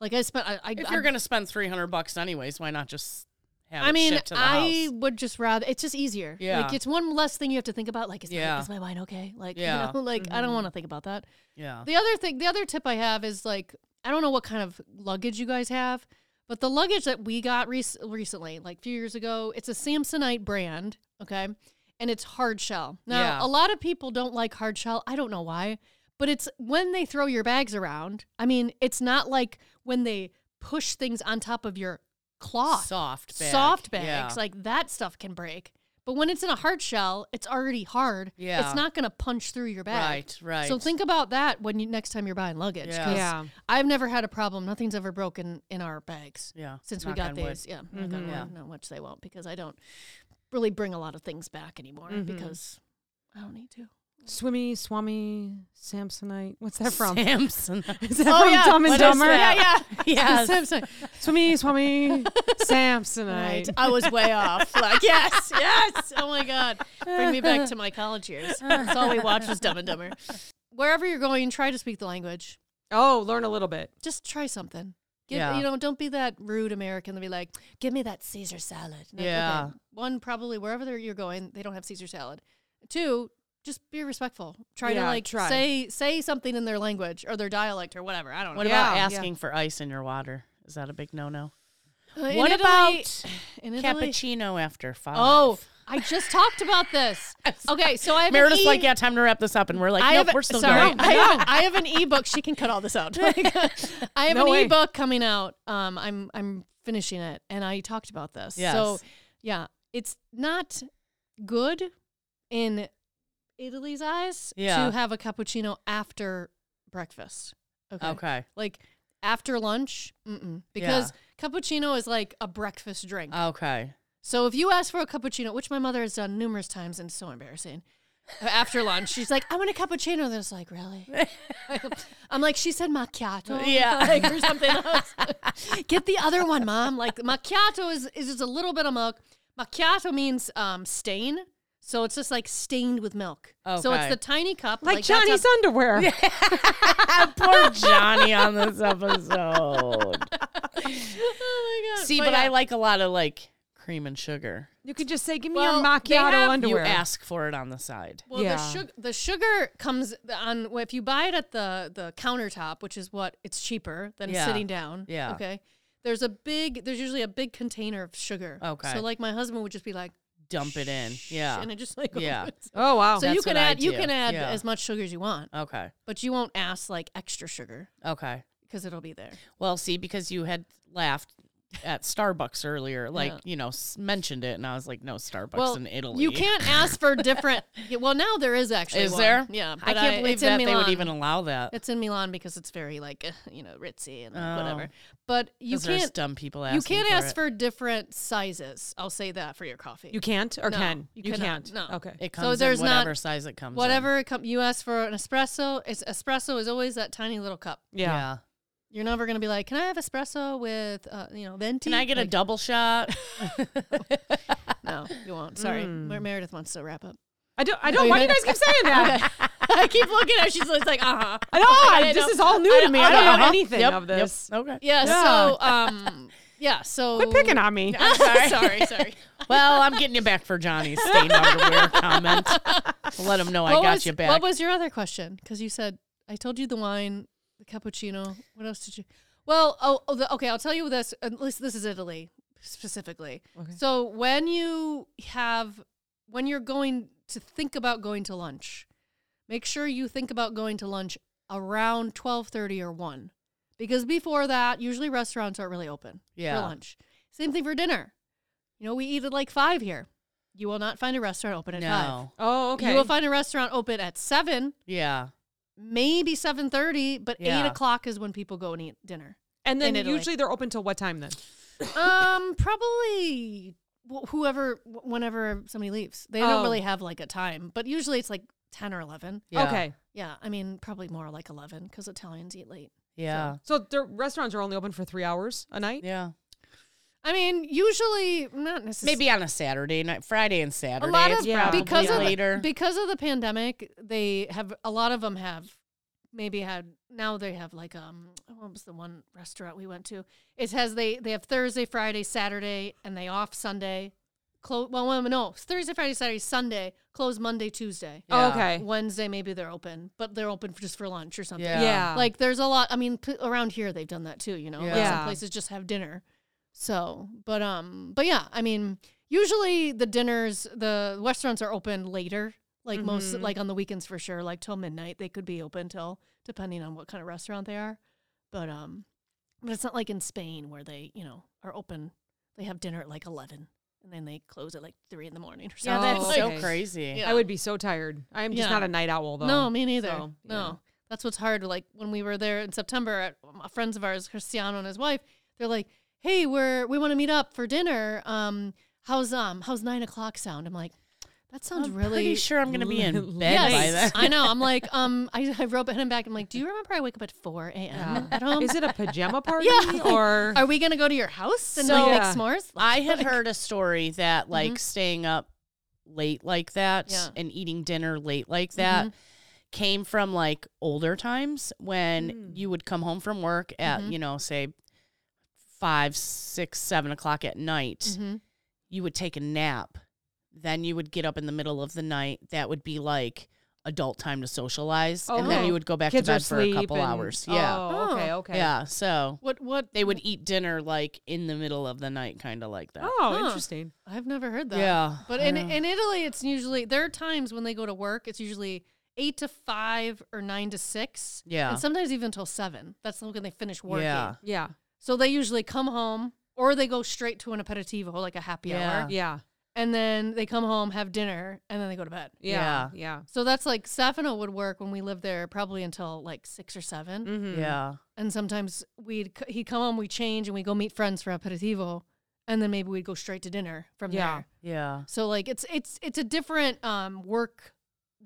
[SPEAKER 4] Like I spent I, I
[SPEAKER 2] If
[SPEAKER 4] I'm-
[SPEAKER 2] you're gonna spend three hundred bucks anyways, why not just have
[SPEAKER 4] I
[SPEAKER 2] it
[SPEAKER 4] mean,
[SPEAKER 2] shipped to the
[SPEAKER 4] I
[SPEAKER 2] house?
[SPEAKER 4] would just rather. It's just easier.
[SPEAKER 2] Yeah.
[SPEAKER 4] Like it's one less thing you have to think about. Like, is,
[SPEAKER 2] Yeah.
[SPEAKER 4] my, is my wine okay? Like,
[SPEAKER 2] Yeah.
[SPEAKER 4] you know, like I don't want to think about that.
[SPEAKER 2] Yeah.
[SPEAKER 4] The other thing, the other tip I have is like, I don't know what kind of luggage you guys have, but the luggage that we got rec- recently, like a few years ago, it's a Samsonite brand. Okay. And it's hard shell. Now,
[SPEAKER 2] Yeah.
[SPEAKER 4] a lot of people don't like hard shell. I don't know why, but it's when they throw your bags around. I mean, it's not like when they push things on top of your cloth
[SPEAKER 2] Soft bag.
[SPEAKER 4] soft bags
[SPEAKER 2] Yeah.
[SPEAKER 4] like that stuff can break but when it's in a hard shell it's already hard
[SPEAKER 2] Yeah.
[SPEAKER 4] it's not going to punch through your bag
[SPEAKER 2] Right, right.
[SPEAKER 4] so think about that when you next time you're buying luggage 'cause
[SPEAKER 2] Yeah.
[SPEAKER 3] Yeah.
[SPEAKER 4] i've never had a problem nothing's ever broken in our bags
[SPEAKER 2] Yeah.
[SPEAKER 4] since
[SPEAKER 2] knock
[SPEAKER 4] we got
[SPEAKER 2] on wood. Mm-hmm.
[SPEAKER 4] these yeah, knock on wood,
[SPEAKER 2] Yeah.
[SPEAKER 4] not much they won't because i don't really bring a lot of things back anymore
[SPEAKER 2] Mm-hmm.
[SPEAKER 4] because i don't need to
[SPEAKER 3] Swimmy, Swami, Samsonite. What's that from?
[SPEAKER 2] Samson.
[SPEAKER 3] Is that from Dumb and
[SPEAKER 2] What is
[SPEAKER 3] Dumber?
[SPEAKER 2] that?
[SPEAKER 4] yeah
[SPEAKER 2] yes.
[SPEAKER 4] I'm sorry.
[SPEAKER 3] Swimmy, Swami,
[SPEAKER 4] Right.
[SPEAKER 3] Samsonite.
[SPEAKER 4] I was way off. Like, yes, yes. Oh my God. Bring me back to my college years. That's all we watched was Dumb and Dumber. Wherever you're going, try to speak the language.
[SPEAKER 3] Oh, learn a little bit.
[SPEAKER 4] Just try something. Give,
[SPEAKER 2] Yeah.
[SPEAKER 4] You know, don't be that rude American. They'll be like, give me that Caesar salad. And like,
[SPEAKER 2] Yeah.
[SPEAKER 4] One, probably wherever they're, you're going, they don't have Caesar salad. Two, just be respectful. Try to
[SPEAKER 3] Yeah,
[SPEAKER 4] like
[SPEAKER 3] try.
[SPEAKER 4] say say something in their language or their dialect or whatever. I don't know.
[SPEAKER 2] What about
[SPEAKER 3] Yeah, yeah.
[SPEAKER 2] asking for ice in your water? Is that a big no no?
[SPEAKER 4] Uh, in
[SPEAKER 2] What
[SPEAKER 4] Italy-
[SPEAKER 2] about
[SPEAKER 4] in Italy-
[SPEAKER 2] cappuccino after five?
[SPEAKER 4] Oh, I just talked about this. Okay, so I have an
[SPEAKER 2] Meredith's
[SPEAKER 4] e-
[SPEAKER 2] like, yeah, time to wrap this up, and we're like,
[SPEAKER 4] I
[SPEAKER 2] nope,
[SPEAKER 4] have,
[SPEAKER 2] we're still
[SPEAKER 4] sorry,
[SPEAKER 2] going.
[SPEAKER 4] I have, I have an ebook. She can cut all this out. I have
[SPEAKER 3] No
[SPEAKER 4] an
[SPEAKER 3] way.
[SPEAKER 4] ebook coming out. Um, I'm I'm finishing it, and I talked about this. So
[SPEAKER 2] Yes.
[SPEAKER 4] yeah, it's not good in Italy's eyes
[SPEAKER 2] Yeah.
[SPEAKER 4] to have a cappuccino after breakfast. Okay.
[SPEAKER 2] Okay.
[SPEAKER 4] Like after lunch, mm-mm. because cappuccino is like a breakfast drink.
[SPEAKER 2] Okay.
[SPEAKER 4] So if you ask for a cappuccino, which my mother has done numerous times and it's so embarrassing, uh, after lunch, she's like, I want a cappuccino. That's like, really? I'm like, she said macchiato.
[SPEAKER 2] Yeah.
[SPEAKER 4] Like, or something else. Get the other one, mom. Like, macchiato is, is just a little bit of milk. Macchiato means um, stain. So it's just like stained with milk. So
[SPEAKER 2] Okay.
[SPEAKER 4] it's the tiny cup.
[SPEAKER 3] Like,
[SPEAKER 4] that's a-
[SPEAKER 3] Johnny's underwear.
[SPEAKER 2] Poor Johnny on this episode.
[SPEAKER 4] Oh my God.
[SPEAKER 2] See, but I
[SPEAKER 4] yeah.
[SPEAKER 2] like a lot of like cream and sugar.
[SPEAKER 3] You could just say, "Give me
[SPEAKER 4] Well,
[SPEAKER 3] your
[SPEAKER 2] They
[SPEAKER 3] macchiato
[SPEAKER 2] have-
[SPEAKER 3] underwear."
[SPEAKER 2] You ask for it on the side.
[SPEAKER 4] Well,
[SPEAKER 3] Yeah.
[SPEAKER 4] the sugar the sugar comes on if you buy it at the the countertop, which is what it's cheaper than
[SPEAKER 2] Yeah.
[SPEAKER 4] sitting down.
[SPEAKER 2] Yeah.
[SPEAKER 4] Okay. There's a big. There's usually a big container of sugar.
[SPEAKER 2] Okay.
[SPEAKER 4] So like my husband would just be like,
[SPEAKER 2] Dump it in. Yeah.
[SPEAKER 4] and it just like
[SPEAKER 2] Yeah.
[SPEAKER 3] Oh wow!
[SPEAKER 4] So you
[SPEAKER 2] That's
[SPEAKER 4] can
[SPEAKER 2] what I
[SPEAKER 4] add you
[SPEAKER 2] do.
[SPEAKER 4] can add
[SPEAKER 2] Yeah.
[SPEAKER 4] as much sugar as you want,
[SPEAKER 2] Okay.
[SPEAKER 4] but you won't ask like extra sugar
[SPEAKER 2] Okay.
[SPEAKER 4] because it'll be there.
[SPEAKER 2] Well, see, because you had laughed at Starbucks earlier, like,
[SPEAKER 4] Yeah.
[SPEAKER 2] you know, s- mentioned it, and I was like, no, Starbucks
[SPEAKER 4] well,
[SPEAKER 2] in Italy.
[SPEAKER 4] you can't ask for different. yeah, well, now there is actually.
[SPEAKER 2] Is
[SPEAKER 4] one.
[SPEAKER 2] there?
[SPEAKER 4] Yeah.
[SPEAKER 2] I
[SPEAKER 4] but
[SPEAKER 2] can't believe
[SPEAKER 4] it's in
[SPEAKER 2] that they would
[SPEAKER 4] Milan.
[SPEAKER 2] even allow that.
[SPEAKER 4] It's in Milan because it's very like you know ritzy and like,
[SPEAKER 2] Oh.
[SPEAKER 4] whatever. But you
[SPEAKER 2] 'Cause there's
[SPEAKER 4] can't
[SPEAKER 2] dumb people asking
[SPEAKER 4] You can't
[SPEAKER 2] for
[SPEAKER 4] ask
[SPEAKER 2] it.
[SPEAKER 4] for different sizes. I'll say that for your coffee.
[SPEAKER 3] You can't or
[SPEAKER 4] No,
[SPEAKER 3] can
[SPEAKER 4] you
[SPEAKER 3] you,
[SPEAKER 4] cannot.
[SPEAKER 3] can't?
[SPEAKER 4] No.
[SPEAKER 3] Okay.
[SPEAKER 2] It
[SPEAKER 4] so
[SPEAKER 2] comes
[SPEAKER 4] there's
[SPEAKER 2] in
[SPEAKER 4] not-
[SPEAKER 2] whatever size it comes in.
[SPEAKER 4] Whatever it com- you ask for an espresso, it's espresso is always that tiny little cup.
[SPEAKER 3] yeah.
[SPEAKER 4] You're never gonna be like, can I have espresso with uh, you know venti?
[SPEAKER 2] Can I get a
[SPEAKER 4] Like,
[SPEAKER 2] double shot?
[SPEAKER 4] No, you won't. Sorry, Mer- Meredith wants to wrap up.
[SPEAKER 3] I don't. I don't. Why do you guys keep saying that?
[SPEAKER 4] I keep looking at. her. She's like, uh huh.
[SPEAKER 3] I know. this is all new to me. I don't know anything
[SPEAKER 2] Uh-huh. Yep,
[SPEAKER 3] of
[SPEAKER 2] yep.
[SPEAKER 3] this.
[SPEAKER 2] Okay.
[SPEAKER 4] Yeah,
[SPEAKER 3] Yeah.
[SPEAKER 4] So um, yeah. So
[SPEAKER 3] Quit picking on me.
[SPEAKER 4] I'm sorry. sorry. Sorry.
[SPEAKER 2] Well, I'm getting you back for Johnny's stained underwear comment. Let him know I
[SPEAKER 4] What
[SPEAKER 2] got
[SPEAKER 4] was-
[SPEAKER 2] you back.
[SPEAKER 4] What was your other question? Because you said I told you the wine, the cappuccino. What else did you? Well, oh, oh the, okay. I'll tell you this. At least this is Italy specifically.
[SPEAKER 3] Okay.
[SPEAKER 4] So when you have, when you're going to think about going to lunch, make sure you think about going to lunch around twelve thirty or one, because before that, usually restaurants aren't really open
[SPEAKER 2] Yeah.
[SPEAKER 4] for lunch. Same thing for dinner. You know, we eat at like five here. You will not find a restaurant open at five.
[SPEAKER 2] no.
[SPEAKER 3] Oh, okay.
[SPEAKER 4] You will find a restaurant open at seven,
[SPEAKER 2] Yeah.
[SPEAKER 4] maybe seven thirty, but
[SPEAKER 2] Yeah.
[SPEAKER 4] eight o'clock is when people go and eat dinner.
[SPEAKER 3] and
[SPEAKER 4] in
[SPEAKER 3] then
[SPEAKER 4] Italy.
[SPEAKER 3] usually they're open till what time then?
[SPEAKER 4] um, probably wh- whoever, wh- whenever somebody leaves, they
[SPEAKER 3] Oh.
[SPEAKER 4] don't really have like a time, but usually it's like ten or eleven.
[SPEAKER 2] Yeah.
[SPEAKER 3] Okay.
[SPEAKER 4] Yeah, I mean probably more like eleven because Italians eat late.
[SPEAKER 2] Yeah.
[SPEAKER 3] So their restaurants are only open for three hours a night.
[SPEAKER 2] Yeah.
[SPEAKER 4] I mean, usually not necessarily.
[SPEAKER 2] Maybe on a Saturday night, Friday and Saturday.
[SPEAKER 4] a lot
[SPEAKER 2] it's
[SPEAKER 4] of
[SPEAKER 3] Yeah.
[SPEAKER 2] probably
[SPEAKER 4] because of
[SPEAKER 2] later.
[SPEAKER 4] The, because of the pandemic, they have a lot of them have maybe had now they have like um what was the one restaurant we went to? It has they they have Thursday, Friday, Saturday, and they off Sunday. Close well, well no it's Thursday, Friday, Saturday, Sunday. Close Monday, Tuesday,
[SPEAKER 2] Yeah.
[SPEAKER 3] Okay.
[SPEAKER 4] Wednesday maybe they're open, but they're open for just for lunch or something.
[SPEAKER 2] Yeah.
[SPEAKER 3] Yeah.
[SPEAKER 4] Like there's a lot. I mean, p- around here they've done that too. You know, Like,
[SPEAKER 3] Yeah.
[SPEAKER 4] some places just have dinner. So, but um, but yeah, I mean, usually the dinners, the restaurants are open later. Like most,
[SPEAKER 3] Mm-hmm.
[SPEAKER 4] like on the weekends for sure, like till midnight. They could be open till depending on what kind of restaurant they are. But um, but it's not like in Spain where they you know are open. They have dinner at like eleven and then they close at like three in the morning or
[SPEAKER 2] yeah,
[SPEAKER 4] something.
[SPEAKER 2] that's
[SPEAKER 3] Oh,
[SPEAKER 2] so
[SPEAKER 3] okay.
[SPEAKER 2] crazy.
[SPEAKER 4] Yeah.
[SPEAKER 3] I would be so tired. I am just
[SPEAKER 4] Yeah.
[SPEAKER 3] not a night owl though.
[SPEAKER 4] No, me neither.
[SPEAKER 3] So,
[SPEAKER 4] no, that's what's hard. Like when we were there in September, at um, friends of ours, Cristiano and his wife, they're like, "Hey, we're we want to meet up for dinner. Um, how's um how's nine o'clock sound?" I'm like, "That sounds
[SPEAKER 2] I'm
[SPEAKER 4] really
[SPEAKER 2] pretty sure I'm going to be in bed by
[SPEAKER 4] Yes,
[SPEAKER 2] then.
[SPEAKER 4] I know. I'm like, um, I, I wrote him back. I'm like, do you remember I wake up at 4 a.m. at home?
[SPEAKER 3] Is it a pajama party
[SPEAKER 4] Yeah.
[SPEAKER 3] or?
[SPEAKER 4] Are we gonna go to your house and
[SPEAKER 2] So-
[SPEAKER 4] like,
[SPEAKER 3] Yeah.
[SPEAKER 4] make s'mores?
[SPEAKER 2] I had heard a story that like staying up late like that
[SPEAKER 4] Yeah.
[SPEAKER 2] and eating dinner late like that came from like older times when you would come home from work at you know say five six seven o'clock at night
[SPEAKER 4] Mhm.
[SPEAKER 2] you would take a nap then you would get up in the middle of the night that would be like adult time to socialize and then
[SPEAKER 3] Okay.
[SPEAKER 2] you would go back
[SPEAKER 3] Kids
[SPEAKER 2] to
[SPEAKER 3] are
[SPEAKER 2] bed for a
[SPEAKER 3] asleep
[SPEAKER 2] couple
[SPEAKER 3] and-
[SPEAKER 2] hours yeah
[SPEAKER 3] Oh, okay.
[SPEAKER 4] Oh.
[SPEAKER 3] Okay.
[SPEAKER 2] yeah so
[SPEAKER 4] What what
[SPEAKER 2] they would eat dinner like in the middle of the night kind of like that
[SPEAKER 3] Oh,
[SPEAKER 4] Huh.
[SPEAKER 3] interesting.
[SPEAKER 4] I've never heard that.
[SPEAKER 2] Yeah,
[SPEAKER 4] But
[SPEAKER 2] I
[SPEAKER 4] in,
[SPEAKER 2] know.
[SPEAKER 4] in Italy, it's usually, there are times when they go to work, it's usually eight to five or nine to six.
[SPEAKER 2] Yeah.
[SPEAKER 4] And sometimes even till seven. That's when they finish working.
[SPEAKER 2] Yeah.
[SPEAKER 3] Yeah.
[SPEAKER 4] So they usually come home, or they go straight to an aperitivo, like a happy
[SPEAKER 2] Yeah.
[SPEAKER 4] hour,
[SPEAKER 3] Yeah.
[SPEAKER 4] and then they come home, have dinner, and then they go to bed.
[SPEAKER 3] Yeah. Yeah.
[SPEAKER 4] So that's like Stefano would work when we lived there, probably until like six or 7
[SPEAKER 2] Mm.
[SPEAKER 3] Mm-hmm.
[SPEAKER 2] Yeah.
[SPEAKER 4] and sometimes we'd c- he'd come home, we change, and we go meet friends for aperitivo, and then maybe we'd go straight to dinner from
[SPEAKER 3] Yeah.
[SPEAKER 4] there.
[SPEAKER 2] Yeah.
[SPEAKER 4] So like it's it's it's a different um work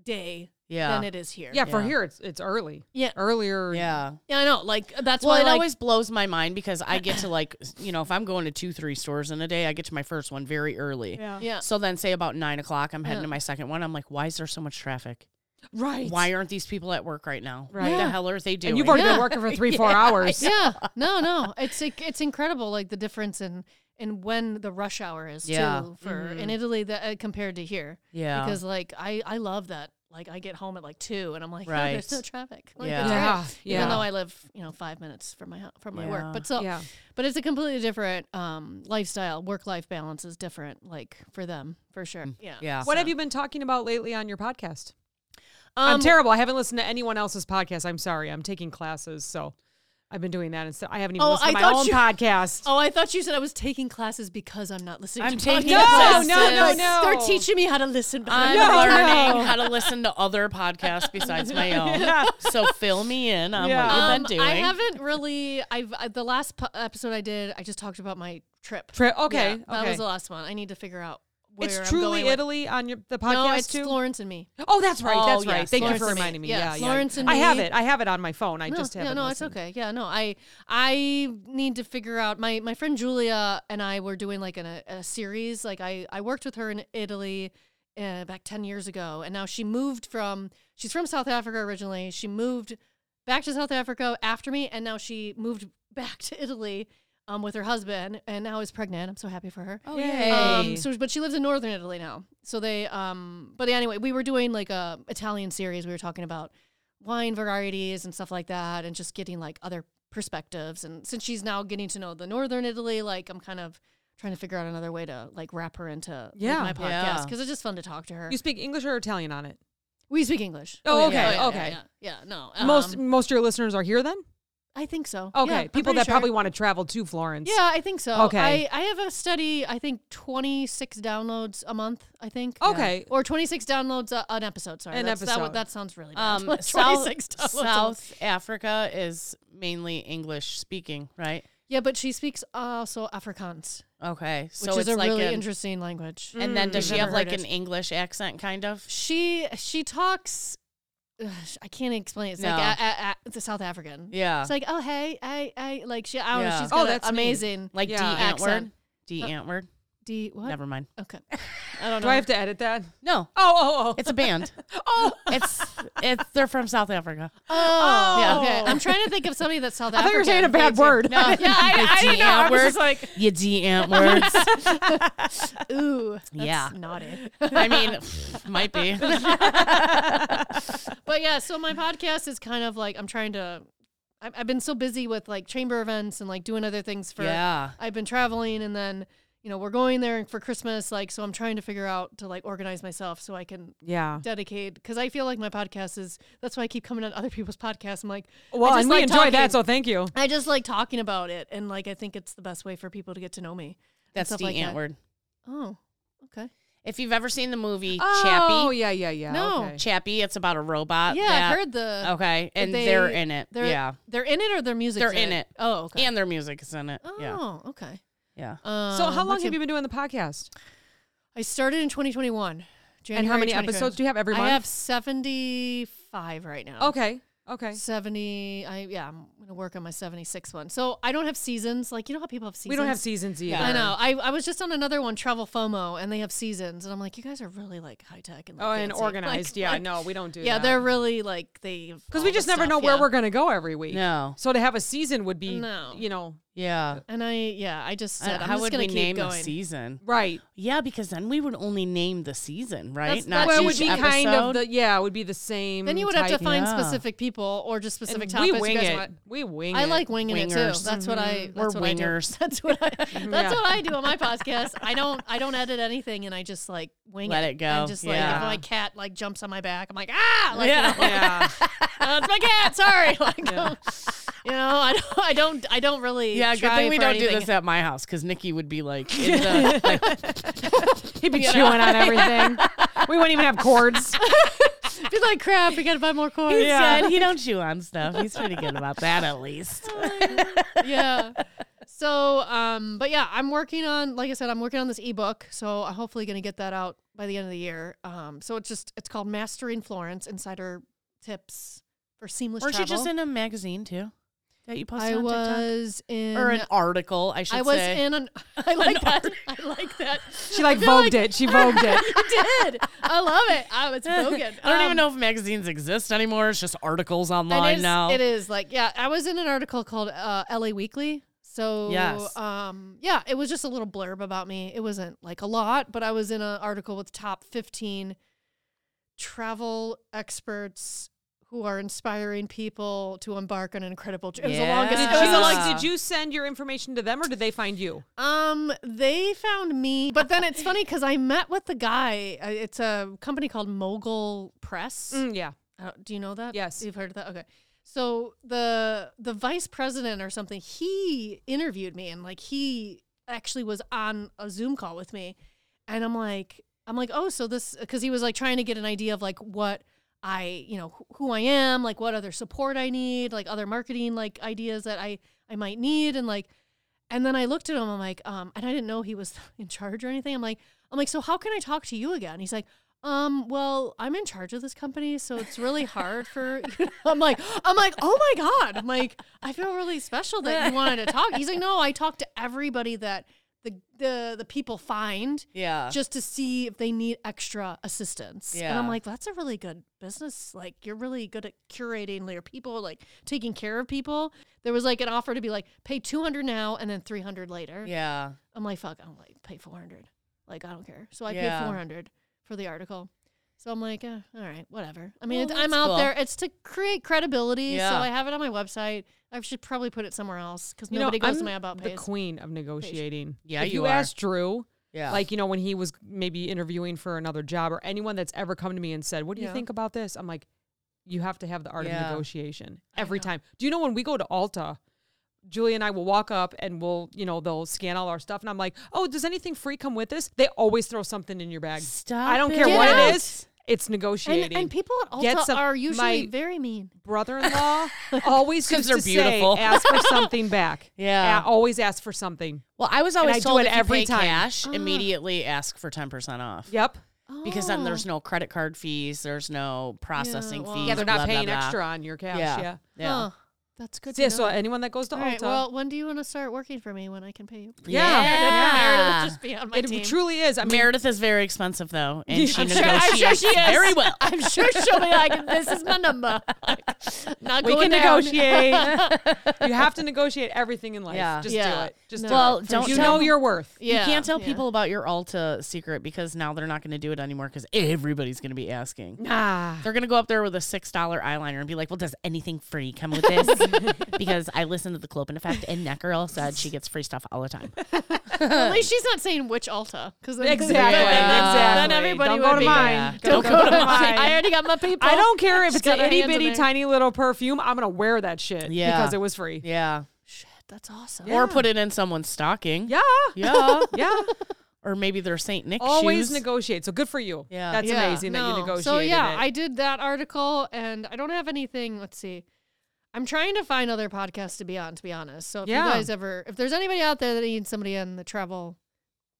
[SPEAKER 4] day
[SPEAKER 2] Yeah.
[SPEAKER 4] than it is here.
[SPEAKER 3] Yeah. For
[SPEAKER 2] Yeah.
[SPEAKER 3] here, it's it's early.
[SPEAKER 4] Yeah.
[SPEAKER 3] Earlier.
[SPEAKER 2] yeah.
[SPEAKER 4] yeah, I know. Like that's
[SPEAKER 2] well,
[SPEAKER 4] why
[SPEAKER 2] it
[SPEAKER 4] like,
[SPEAKER 2] always blows my mind because I get to like, s- you know, if I'm going to two, three stores in a day, I get to my first one very early.
[SPEAKER 1] Yeah.
[SPEAKER 4] yeah.
[SPEAKER 2] So then, say about nine o'clock, I'm heading
[SPEAKER 4] Yeah.
[SPEAKER 2] to my second one. I'm like, why is there so much traffic?
[SPEAKER 3] Right.
[SPEAKER 2] Why aren't these people at work right now?
[SPEAKER 3] Right.
[SPEAKER 2] What
[SPEAKER 4] Yeah.
[SPEAKER 2] the hell are they doing?
[SPEAKER 3] And you've already been
[SPEAKER 4] Yeah.
[SPEAKER 3] working for three, four hours.
[SPEAKER 4] yeah no no it's like, it's incredible like the difference in in when the rush hour is
[SPEAKER 2] Yeah. Mm-hmm.
[SPEAKER 4] too for in italy that uh, compared to here
[SPEAKER 2] yeah.
[SPEAKER 4] because like i i love that like i get home at like two and i'm like oh, there's
[SPEAKER 2] Right.
[SPEAKER 4] no traffic like,
[SPEAKER 2] Yeah.
[SPEAKER 4] it's great.
[SPEAKER 3] Yeah.
[SPEAKER 4] even
[SPEAKER 3] Yeah.
[SPEAKER 4] though i live you know five minutes from my hou- from my work
[SPEAKER 2] Yeah.
[SPEAKER 4] but so
[SPEAKER 3] Yeah.
[SPEAKER 4] but it's a completely different um lifestyle work life balance is different like for them for sure yeah
[SPEAKER 2] Mm. yeah.
[SPEAKER 3] What have you been talking about lately on your podcast? I'm
[SPEAKER 4] Um,
[SPEAKER 3] terrible. I haven't listened to anyone else's podcast. I'm sorry. I'm taking classes, so I've been doing that instead. I haven't even
[SPEAKER 4] Oh,
[SPEAKER 3] listened
[SPEAKER 4] I
[SPEAKER 3] to my
[SPEAKER 4] thought
[SPEAKER 3] own
[SPEAKER 4] you-
[SPEAKER 3] podcast.
[SPEAKER 4] Oh, I thought you said I was taking classes because I'm not listening.
[SPEAKER 2] I'm
[SPEAKER 4] to
[SPEAKER 2] taking
[SPEAKER 4] podcasts.
[SPEAKER 2] classes.
[SPEAKER 3] No, no, no, no.
[SPEAKER 4] They're teaching me how to listen. but
[SPEAKER 2] I'm
[SPEAKER 3] No,
[SPEAKER 2] learning
[SPEAKER 3] no.
[SPEAKER 2] how to listen to other podcasts besides my own. So fill me in on
[SPEAKER 3] Yeah.
[SPEAKER 2] what you've
[SPEAKER 4] Um,
[SPEAKER 2] been doing.
[SPEAKER 4] I haven't really. I've I, the last po- episode I did. I just talked about my trip.
[SPEAKER 3] Tri- okay.
[SPEAKER 4] Yeah, that
[SPEAKER 3] okay.
[SPEAKER 4] was the last one. I need to figure out where
[SPEAKER 3] it's
[SPEAKER 4] I'm
[SPEAKER 3] truly
[SPEAKER 4] going with-
[SPEAKER 3] Italy on your the podcast
[SPEAKER 4] No, it's
[SPEAKER 3] too.
[SPEAKER 4] Florence and me.
[SPEAKER 3] oh, that's right.
[SPEAKER 2] Oh,
[SPEAKER 3] That's
[SPEAKER 2] yes,
[SPEAKER 3] right. Thank
[SPEAKER 2] Florence
[SPEAKER 3] you for
[SPEAKER 2] and me.
[SPEAKER 3] reminding me.
[SPEAKER 4] Yeah,
[SPEAKER 3] Yeah, yeah.
[SPEAKER 4] Florence and
[SPEAKER 3] I have
[SPEAKER 4] me.
[SPEAKER 3] it. I have it on my phone. I
[SPEAKER 4] No,
[SPEAKER 3] just
[SPEAKER 4] yeah,
[SPEAKER 3] haven't.
[SPEAKER 4] no,
[SPEAKER 3] listened.
[SPEAKER 4] it's okay. Yeah, no, I I need to figure out. My my friend Julia and I were doing like an, a, a series. Like I I worked with her in Italy uh, back ten years ago, and now she moved from. She's from South Africa originally. She moved back to South Africa after me, and now she moved back to Italy um, with her husband, and now is pregnant. I'm so happy for her.
[SPEAKER 2] Oh,
[SPEAKER 3] Yay.
[SPEAKER 4] Um, so, but she lives in northern Italy now. So they, um, but anyway, we were doing like a Italian series. We were talking about wine varieties and stuff like that, and just getting like other perspectives. And since she's now getting to know the northern Italy, like I'm kind of trying to figure out another way to like wrap her into like,
[SPEAKER 3] Yeah.
[SPEAKER 4] my podcast
[SPEAKER 2] Yeah.
[SPEAKER 4] because it's just fun to talk to her.
[SPEAKER 3] You speak English or Italian on it?
[SPEAKER 4] we speak English.
[SPEAKER 3] Oh,
[SPEAKER 4] yeah.
[SPEAKER 3] okay,
[SPEAKER 4] yeah,
[SPEAKER 3] okay.
[SPEAKER 4] Yeah, yeah, no,
[SPEAKER 3] most
[SPEAKER 4] um,
[SPEAKER 3] most of your listeners are here then.
[SPEAKER 4] I think so. Yeah,
[SPEAKER 3] Okay,
[SPEAKER 4] I'm
[SPEAKER 3] people
[SPEAKER 4] pretty
[SPEAKER 3] that
[SPEAKER 4] sure.
[SPEAKER 3] probably want to travel to Florence.
[SPEAKER 4] Yeah, I think so.
[SPEAKER 3] Okay.
[SPEAKER 4] I, I have a study, I think 26 downloads a month, I think.
[SPEAKER 3] Okay.
[SPEAKER 4] Or 26 downloads a, an episode, sorry.
[SPEAKER 3] An
[SPEAKER 4] That's- That,
[SPEAKER 3] episode.
[SPEAKER 4] would- that sounds really bad.
[SPEAKER 2] Um,
[SPEAKER 4] 26
[SPEAKER 2] South,
[SPEAKER 4] downloads a month.
[SPEAKER 2] South Africa is mainly English speaking, right?
[SPEAKER 4] Yeah, but she speaks also Afrikaans,
[SPEAKER 2] Okay.
[SPEAKER 4] which
[SPEAKER 2] So
[SPEAKER 4] is
[SPEAKER 2] it's
[SPEAKER 4] a
[SPEAKER 2] like Mm.
[SPEAKER 4] really
[SPEAKER 2] an-
[SPEAKER 4] interesting language.
[SPEAKER 2] And then
[SPEAKER 4] I've
[SPEAKER 2] does she have
[SPEAKER 4] never heard
[SPEAKER 2] like an
[SPEAKER 4] it.
[SPEAKER 2] English accent kind of?
[SPEAKER 4] She she talks, ugh, I can't explain it. It's
[SPEAKER 2] No.
[SPEAKER 4] like a, a, a, it's a South African.
[SPEAKER 2] Yeah.
[SPEAKER 4] It's like, oh, hey, I, I, like she, I don't know,
[SPEAKER 2] Yeah.
[SPEAKER 4] she's
[SPEAKER 3] Oh,
[SPEAKER 4] got a
[SPEAKER 3] that's neat.
[SPEAKER 4] amazing.
[SPEAKER 2] Like
[SPEAKER 3] Yeah.
[SPEAKER 2] D Antword?
[SPEAKER 4] Accent.
[SPEAKER 2] D Antword?
[SPEAKER 4] D, what?
[SPEAKER 2] Never mind.
[SPEAKER 4] Okay.
[SPEAKER 2] I don't
[SPEAKER 3] Do
[SPEAKER 2] know.
[SPEAKER 3] I have to edit that?
[SPEAKER 2] no.
[SPEAKER 3] Oh, oh, oh.
[SPEAKER 2] It's a band.
[SPEAKER 3] oh.
[SPEAKER 2] it's it's they're from South Africa.
[SPEAKER 4] Oh,
[SPEAKER 2] Yeah.
[SPEAKER 4] okay. I'm trying to think of somebody that's South
[SPEAKER 3] I thought you were saying a bad word.
[SPEAKER 4] No, yeah, I, I didn't know. I was just like,
[SPEAKER 2] You D Antwords.
[SPEAKER 4] ooh, that's
[SPEAKER 2] Yeah.
[SPEAKER 4] naughty.
[SPEAKER 2] I mean, might be.
[SPEAKER 4] But yeah, so my podcast is kind of like I'm trying to. I- I've been so busy with like chamber events and like doing other things for.
[SPEAKER 2] yeah.
[SPEAKER 4] I've been traveling and then you know we're going there for Christmas, like so I'm trying to figure out to like organize myself so I can
[SPEAKER 3] Yeah.
[SPEAKER 4] dedicate because I feel like my podcast is that's why I keep coming on other people's podcasts. I'm like,
[SPEAKER 3] Well,
[SPEAKER 4] I just
[SPEAKER 3] and we
[SPEAKER 4] like
[SPEAKER 3] enjoy
[SPEAKER 4] talking.
[SPEAKER 3] that, so thank you.
[SPEAKER 4] I just like talking about it, and like I think it's the best way for people to get to know me. and
[SPEAKER 2] That's
[SPEAKER 4] stuff
[SPEAKER 2] D
[SPEAKER 4] like that.
[SPEAKER 2] Antword.
[SPEAKER 4] Oh, okay.
[SPEAKER 2] If you've ever seen the movie
[SPEAKER 3] Oh,
[SPEAKER 2] Chappie,
[SPEAKER 3] yeah, yeah, yeah.
[SPEAKER 4] No.
[SPEAKER 3] okay.
[SPEAKER 2] Chappie, it's about a robot.
[SPEAKER 4] Yeah,
[SPEAKER 2] Uh, that-
[SPEAKER 4] I've heard the.
[SPEAKER 2] Okay, and
[SPEAKER 4] they-
[SPEAKER 2] they, are in it.
[SPEAKER 4] They're,
[SPEAKER 2] yeah,
[SPEAKER 4] they're in it or their music.
[SPEAKER 2] They're in it.
[SPEAKER 4] Oh, okay.
[SPEAKER 2] and their music is in it.
[SPEAKER 4] oh,
[SPEAKER 2] Yeah,
[SPEAKER 4] okay.
[SPEAKER 2] yeah.
[SPEAKER 4] Um,
[SPEAKER 3] So, how long
[SPEAKER 4] let's
[SPEAKER 3] have
[SPEAKER 4] see.
[SPEAKER 3] you been doing the podcast?
[SPEAKER 4] I started in 2021. January
[SPEAKER 3] And how many
[SPEAKER 4] 2021.
[SPEAKER 3] episodes do you have every month?
[SPEAKER 4] I have 75 right now.
[SPEAKER 3] Okay. Okay.
[SPEAKER 4] 70. I yeah, I'm gonna work on my 76 one. So I don't have seasons. Like you know how people have seasons.
[SPEAKER 3] We don't have seasons either.
[SPEAKER 2] Yeah.
[SPEAKER 4] I know. I, I was just on another one, Travel FOMO, and they have seasons, and I'm like, you guys are really like high tech and like,
[SPEAKER 3] Oh, and
[SPEAKER 4] fancy. Like-
[SPEAKER 3] organized. yeah,
[SPEAKER 4] like-
[SPEAKER 3] no, we don't do
[SPEAKER 4] yeah,
[SPEAKER 3] that.
[SPEAKER 4] they're really like they
[SPEAKER 3] because we just never know where we're going to go every week.
[SPEAKER 2] No,
[SPEAKER 3] So to have a season would be,
[SPEAKER 4] No.
[SPEAKER 3] you know,
[SPEAKER 2] yeah.
[SPEAKER 4] And I yeah, I just said
[SPEAKER 2] Uh,
[SPEAKER 4] I'm
[SPEAKER 2] how
[SPEAKER 4] just
[SPEAKER 2] would
[SPEAKER 4] gonna
[SPEAKER 2] we
[SPEAKER 4] keep
[SPEAKER 2] name
[SPEAKER 4] going.
[SPEAKER 2] the season?
[SPEAKER 3] right.
[SPEAKER 2] Yeah, because then we would only name the season, right?
[SPEAKER 4] That's- that's
[SPEAKER 3] it
[SPEAKER 4] Well, it
[SPEAKER 3] would
[SPEAKER 4] would
[SPEAKER 2] each
[SPEAKER 3] be
[SPEAKER 2] episode.
[SPEAKER 3] kind of the yeah, it would be the same.
[SPEAKER 4] Then you would have to
[SPEAKER 3] type.
[SPEAKER 4] find
[SPEAKER 2] Mm, Yeah.
[SPEAKER 4] specific people or just
[SPEAKER 3] And
[SPEAKER 4] specific
[SPEAKER 3] we
[SPEAKER 4] topics. you
[SPEAKER 3] wing
[SPEAKER 4] guys
[SPEAKER 3] it.
[SPEAKER 4] want.
[SPEAKER 3] We wing.
[SPEAKER 4] I
[SPEAKER 3] it.
[SPEAKER 4] like winging it too.
[SPEAKER 2] Wingers. Mm,
[SPEAKER 4] That's what I.
[SPEAKER 2] We're
[SPEAKER 4] That's what
[SPEAKER 2] wingers.
[SPEAKER 4] I do. That's what I. That's
[SPEAKER 3] Yeah.
[SPEAKER 4] what I do on my podcast. I don't. I don't edit anything, and I just like wing
[SPEAKER 2] Let
[SPEAKER 4] it.
[SPEAKER 2] it go.
[SPEAKER 4] I'm just like if
[SPEAKER 2] Yeah.
[SPEAKER 4] my cat like jumps on my back, I'm like ah, like,
[SPEAKER 2] Yeah.
[SPEAKER 4] you know,
[SPEAKER 3] Yeah.
[SPEAKER 4] "Oh, it's my cat. Sorry. Like,
[SPEAKER 3] Yeah.
[SPEAKER 4] yeah. You know, I don't, I don't, I don't really.
[SPEAKER 2] Yeah, good
[SPEAKER 4] try
[SPEAKER 2] thing we
[SPEAKER 4] for
[SPEAKER 2] don't do
[SPEAKER 4] anything.
[SPEAKER 2] this at my house because Nikki would be like, in the, like
[SPEAKER 3] He'd be chewing on everything. We wouldn't even have cords.
[SPEAKER 4] Be like, crap, we gotta buy more cords.
[SPEAKER 2] he
[SPEAKER 4] Yeah.
[SPEAKER 2] said, he don't chew on stuff. He's pretty good about that at least.
[SPEAKER 4] yeah. So, um, but yeah, I'm working on, like I said, I'm working on this ebook. So I'm hopefully going to get that out by the end of the year. Um, so it's just, it's called Mastering Florence Insider Tips for Seamless
[SPEAKER 2] Weren't you
[SPEAKER 4] Travel.
[SPEAKER 2] just in a magazine too that you posted
[SPEAKER 4] I
[SPEAKER 2] on TikTok?
[SPEAKER 4] was in.
[SPEAKER 2] Or an article, I should
[SPEAKER 4] I was
[SPEAKER 2] say.
[SPEAKER 4] in an. I like that.
[SPEAKER 2] art-
[SPEAKER 4] I like that.
[SPEAKER 3] She like vogued it. She vogued it.
[SPEAKER 4] I did. I love it. Oh, it's bogan.
[SPEAKER 2] I don't even
[SPEAKER 4] Um,
[SPEAKER 2] know if magazines exist anymore. It's just articles
[SPEAKER 4] It
[SPEAKER 2] online
[SPEAKER 4] is,
[SPEAKER 2] now.
[SPEAKER 4] It is like yeah. I was in an article called uh, LA Weekly. So
[SPEAKER 2] Yes.
[SPEAKER 4] um yeah, it was just a little blurb about me. It wasn't like a lot, but I was in an article with top 15 travel experts who are inspiring people to embark on an incredible trip. It was the longest.
[SPEAKER 2] Yeah.
[SPEAKER 4] It was
[SPEAKER 3] So
[SPEAKER 4] the
[SPEAKER 2] like,
[SPEAKER 4] longest.
[SPEAKER 3] like,
[SPEAKER 2] did
[SPEAKER 3] did you send your information to them or did they find you?
[SPEAKER 4] Um, they found me, but then it's funny because I met with the guy. Uh, It's a company called Mogul Press.
[SPEAKER 3] yeah.
[SPEAKER 4] Uh, do you know that?
[SPEAKER 3] Yes.
[SPEAKER 4] you've heard of that. Okay, so the the vice president or something, he interviewed me and like he actually was on a Zoom call with me, and I'm like, I'm like, oh, so this because he was like trying to get an idea of like what I, you know, wh- who I am, like what other support I need, like other marketing like ideas that I I might need, and like, and then I looked at him, I'm like, um, and I didn't know he was in charge or anything. I'm like, I'm like, so how can I talk to you again? He's like. Um, well, I'm in charge of this company, so it's really hard for I'm like, I'm like, oh my God. I'm like, I feel really special that you wanted to talk. He's like, no, I talk to everybody that the the the people find
[SPEAKER 2] yeah.
[SPEAKER 4] just to see if they need extra assistance. And I'm
[SPEAKER 2] Yeah.
[SPEAKER 4] like, that's a really good business. Like, you're really good at curating your people, like taking care of people. There was like an offer to be like, pay 200 now and then 300 later.
[SPEAKER 2] yeah.
[SPEAKER 4] I'm like, fuck, I'm like, pay 400. Like, I don't care. So I
[SPEAKER 2] Yeah.
[SPEAKER 4] paid 400 for the article. So I'm like, eh, all right, whatever. I mean,
[SPEAKER 2] Well,
[SPEAKER 4] it's, I'm
[SPEAKER 2] that's
[SPEAKER 4] out
[SPEAKER 2] cool.
[SPEAKER 4] there. It's to create credibility. So
[SPEAKER 2] Yeah.
[SPEAKER 4] I have it on my website. I should probably put it somewhere else because
[SPEAKER 3] You know,
[SPEAKER 4] nobody goes to
[SPEAKER 3] I'm
[SPEAKER 4] my about
[SPEAKER 3] The
[SPEAKER 4] page.
[SPEAKER 3] queen of negotiating.
[SPEAKER 2] Yeah,
[SPEAKER 3] if
[SPEAKER 2] you
[SPEAKER 3] you,
[SPEAKER 2] are.
[SPEAKER 3] asked Drew,
[SPEAKER 2] Yeah.
[SPEAKER 3] like, you know, when he was maybe interviewing for another job or anyone that's ever come to me and said, What do you
[SPEAKER 4] Yeah.
[SPEAKER 3] think about this? I'm like, You have to have the art
[SPEAKER 2] Yeah.
[SPEAKER 3] of negotiation every time. Do you know when we go to Alta? Julie and I will walk up and we'll, you know, they'll scan all our stuff. And I'm like, oh, does anything free come with this? They always throw something in your bag.
[SPEAKER 2] Stop
[SPEAKER 3] I don't
[SPEAKER 2] it.
[SPEAKER 3] care
[SPEAKER 4] Get
[SPEAKER 3] what
[SPEAKER 4] out.
[SPEAKER 3] it is. It's negotiating.
[SPEAKER 4] and, and people at
[SPEAKER 3] Get
[SPEAKER 4] Ulta
[SPEAKER 3] some-
[SPEAKER 4] are usually
[SPEAKER 3] my-
[SPEAKER 4] very mean.
[SPEAKER 3] brother-in-law always
[SPEAKER 2] 'Cause
[SPEAKER 3] used
[SPEAKER 2] they're
[SPEAKER 3] to
[SPEAKER 2] beautiful.
[SPEAKER 3] say, ask for something back.
[SPEAKER 2] Yeah.
[SPEAKER 3] A- always ask for something.
[SPEAKER 2] Well, I was always
[SPEAKER 3] I do
[SPEAKER 2] told
[SPEAKER 3] it
[SPEAKER 2] if you
[SPEAKER 3] every
[SPEAKER 2] pay
[SPEAKER 3] time.
[SPEAKER 2] cash, immediately ask for 10% off.
[SPEAKER 3] Yep.
[SPEAKER 2] Because then there's
[SPEAKER 4] Oh.
[SPEAKER 2] no credit card fees, there's no processing
[SPEAKER 4] well-
[SPEAKER 2] fees.
[SPEAKER 4] Yeah,
[SPEAKER 3] Yeah, they're not
[SPEAKER 2] blah, blah,
[SPEAKER 3] paying
[SPEAKER 2] blah.
[SPEAKER 3] extra on your cash.
[SPEAKER 2] Yeah.
[SPEAKER 3] Yeah.
[SPEAKER 2] Yeah.
[SPEAKER 4] Huh. That's good.
[SPEAKER 3] So, yeah,
[SPEAKER 4] to
[SPEAKER 3] so uh,
[SPEAKER 4] know.
[SPEAKER 3] anyone that goes to
[SPEAKER 4] All
[SPEAKER 3] Ulta,
[SPEAKER 4] right, well, when do you want to start working for me when I can pay you?
[SPEAKER 2] Yeah.
[SPEAKER 4] Meredith will just be on my
[SPEAKER 3] it
[SPEAKER 4] team.
[SPEAKER 3] truly is. I mean,
[SPEAKER 2] Meredith is very expensive though, and she
[SPEAKER 4] I'm sure- I'm
[SPEAKER 2] negotiates
[SPEAKER 4] sure she is.
[SPEAKER 2] very well.
[SPEAKER 4] I'm sure she'll be like, "This is my number." Not
[SPEAKER 3] we
[SPEAKER 4] going
[SPEAKER 3] can
[SPEAKER 4] down.
[SPEAKER 3] negotiate. you have to negotiate everything in life.
[SPEAKER 2] Yeah.
[SPEAKER 3] Just
[SPEAKER 4] Yeah.
[SPEAKER 3] do it. Just
[SPEAKER 4] No,
[SPEAKER 3] do
[SPEAKER 2] Well,
[SPEAKER 3] it.
[SPEAKER 2] don't
[SPEAKER 3] you
[SPEAKER 2] tell-
[SPEAKER 3] know your worth.
[SPEAKER 4] Yeah,
[SPEAKER 2] you can't tell
[SPEAKER 4] yeah.
[SPEAKER 2] people about your Alta secret because now they're not going to do it anymore because everybody's going to be asking.
[SPEAKER 3] Nah.
[SPEAKER 2] They're going to go up there with a $6 eyeliner and be like, well, does anything free come with this? because I listened to the Clopen Effect and that girl said she gets free stuff all the time.
[SPEAKER 4] At least she's not saying which Ulta, because
[SPEAKER 3] Exactly.
[SPEAKER 4] Then
[SPEAKER 3] Exactly.
[SPEAKER 4] everybody
[SPEAKER 3] Don't
[SPEAKER 4] would
[SPEAKER 3] go to
[SPEAKER 4] be-
[SPEAKER 3] mine.
[SPEAKER 4] Don't, go, to mine.
[SPEAKER 3] mine.
[SPEAKER 4] I already got my people.
[SPEAKER 3] I don't care if
[SPEAKER 4] She's
[SPEAKER 3] it's an
[SPEAKER 4] got her
[SPEAKER 3] itty
[SPEAKER 4] hands in
[SPEAKER 3] bitty
[SPEAKER 4] there.
[SPEAKER 3] tiny little perfume. I'm gonna wear that shit
[SPEAKER 2] Yeah.
[SPEAKER 3] because it was free.
[SPEAKER 2] Yeah.
[SPEAKER 4] Shit, that's awesome.
[SPEAKER 2] Or put it in someone's stocking.
[SPEAKER 3] Yeah,
[SPEAKER 2] Yeah.
[SPEAKER 3] yeah.
[SPEAKER 2] or maybe their St. Nick
[SPEAKER 3] Always
[SPEAKER 2] shoes.
[SPEAKER 3] negotiate. So good for you.
[SPEAKER 2] Yeah.
[SPEAKER 3] that's
[SPEAKER 4] Yeah,
[SPEAKER 3] amazing that you
[SPEAKER 4] no.
[SPEAKER 3] negotiated.
[SPEAKER 4] So yeah,
[SPEAKER 3] it.
[SPEAKER 4] I did that article, and I don't have anything. Let's see. I'm trying to find other podcasts to be on. To be honest, so if
[SPEAKER 3] Yeah.
[SPEAKER 4] you guys ever, if there's anybody out there that needs somebody in the travel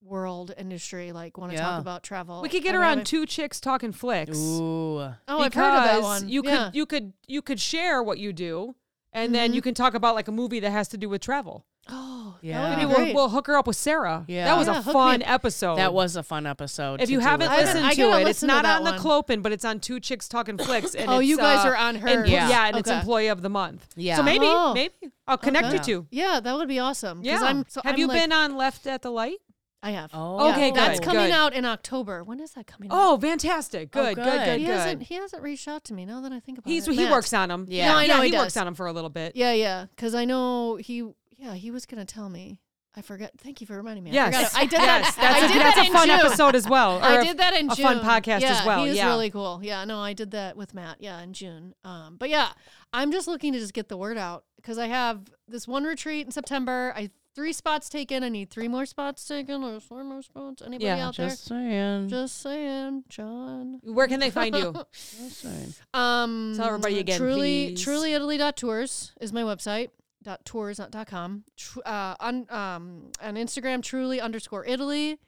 [SPEAKER 4] world industry, like want to
[SPEAKER 2] Yeah.
[SPEAKER 4] talk about travel,
[SPEAKER 3] we could get
[SPEAKER 4] I'm
[SPEAKER 3] her on
[SPEAKER 4] having-
[SPEAKER 3] two chicks talking flicks.
[SPEAKER 2] Ooh.
[SPEAKER 4] Oh, I've heard of that
[SPEAKER 3] Because
[SPEAKER 4] one.
[SPEAKER 3] You could
[SPEAKER 4] Yeah. Mm-hmm.
[SPEAKER 3] you could you could share what you do, and then you can talk about like a movie that has to do with travel.
[SPEAKER 4] Oh,
[SPEAKER 2] Yeah.
[SPEAKER 4] yeah.
[SPEAKER 2] Maybe
[SPEAKER 3] Maybe we'll, we'll hook her up with Sarah.
[SPEAKER 2] Yeah.
[SPEAKER 3] that was
[SPEAKER 4] Yeah,
[SPEAKER 3] a
[SPEAKER 4] hook me
[SPEAKER 3] fun
[SPEAKER 4] up.
[SPEAKER 3] episode.
[SPEAKER 2] That was a fun episode.
[SPEAKER 3] If
[SPEAKER 2] to
[SPEAKER 3] you
[SPEAKER 2] do
[SPEAKER 3] haven't
[SPEAKER 2] with her.
[SPEAKER 3] listened
[SPEAKER 4] I
[SPEAKER 3] to
[SPEAKER 4] gotta
[SPEAKER 3] it, it's
[SPEAKER 4] listen to
[SPEAKER 3] not
[SPEAKER 4] that
[SPEAKER 3] on the Clopin, but it's on Two Chicks Talking Flicks. And
[SPEAKER 4] Oh,
[SPEAKER 3] it's,
[SPEAKER 4] you guys
[SPEAKER 3] uh,
[SPEAKER 4] are on her.
[SPEAKER 3] empl-
[SPEAKER 2] Yeah.
[SPEAKER 3] yeah, and it's
[SPEAKER 4] Okay.
[SPEAKER 3] employee of the month.
[SPEAKER 2] Yeah.
[SPEAKER 3] So maybe
[SPEAKER 4] Oh.
[SPEAKER 3] maybe I'll connect
[SPEAKER 4] Okay.
[SPEAKER 3] you two.
[SPEAKER 4] Yeah, that would be awesome. 'cause
[SPEAKER 3] Yeah.
[SPEAKER 4] I'm, so
[SPEAKER 3] have
[SPEAKER 4] I'm
[SPEAKER 3] you
[SPEAKER 4] like- Mm.
[SPEAKER 3] been on Left at the Light?
[SPEAKER 4] I have.
[SPEAKER 2] Oh.
[SPEAKER 3] Okay,
[SPEAKER 4] That's
[SPEAKER 3] good,
[SPEAKER 4] coming
[SPEAKER 3] good.
[SPEAKER 4] out in October. When is that coming out?
[SPEAKER 3] Oh, fantastic! Good, good,
[SPEAKER 2] good.
[SPEAKER 3] good, good.
[SPEAKER 4] he hasn't. He hasn't reached out to me. Now that I think about
[SPEAKER 3] He's
[SPEAKER 4] it,
[SPEAKER 3] he
[SPEAKER 4] Matt.
[SPEAKER 3] works on them.
[SPEAKER 2] Yeah. No,
[SPEAKER 4] I know
[SPEAKER 3] yeah,
[SPEAKER 4] he
[SPEAKER 3] he works
[SPEAKER 4] does.
[SPEAKER 3] on them for a little bit.
[SPEAKER 4] Yeah, yeah. Because I know he. Yeah, he was gonna tell me. I forgot. Thank you for reminding me. I
[SPEAKER 3] Yes.
[SPEAKER 4] forgot. I did
[SPEAKER 3] yes.
[SPEAKER 4] that.
[SPEAKER 3] That's
[SPEAKER 4] I
[SPEAKER 3] a-
[SPEAKER 4] did
[SPEAKER 3] that's
[SPEAKER 4] that
[SPEAKER 3] a
[SPEAKER 4] in
[SPEAKER 3] fun
[SPEAKER 4] June.
[SPEAKER 3] episode as well. or
[SPEAKER 4] I
[SPEAKER 3] a-
[SPEAKER 4] did that in
[SPEAKER 3] a
[SPEAKER 4] June.
[SPEAKER 3] fun podcast
[SPEAKER 4] yeah,
[SPEAKER 3] as well.
[SPEAKER 4] He's
[SPEAKER 3] yeah.
[SPEAKER 4] really cool. Yeah, no, I did that with Matt. Yeah, in June. Um, but yeah, I'm just looking to just get the word out because I have this one retreat in September. I three spots taken. I need three more spots taken or four more spots. Anybody
[SPEAKER 3] Yeah,
[SPEAKER 4] out
[SPEAKER 2] Just saying.
[SPEAKER 4] there? Just saying, John.
[SPEAKER 3] Where can they find you?
[SPEAKER 2] Just saying.
[SPEAKER 4] Um,
[SPEAKER 3] Tell everybody again,
[SPEAKER 4] Truly,
[SPEAKER 3] please.
[SPEAKER 4] trulyitaly.tours is my website. Dot tours, not dot com. Tru- uh, on um, on Instagram, truly underscore Italy.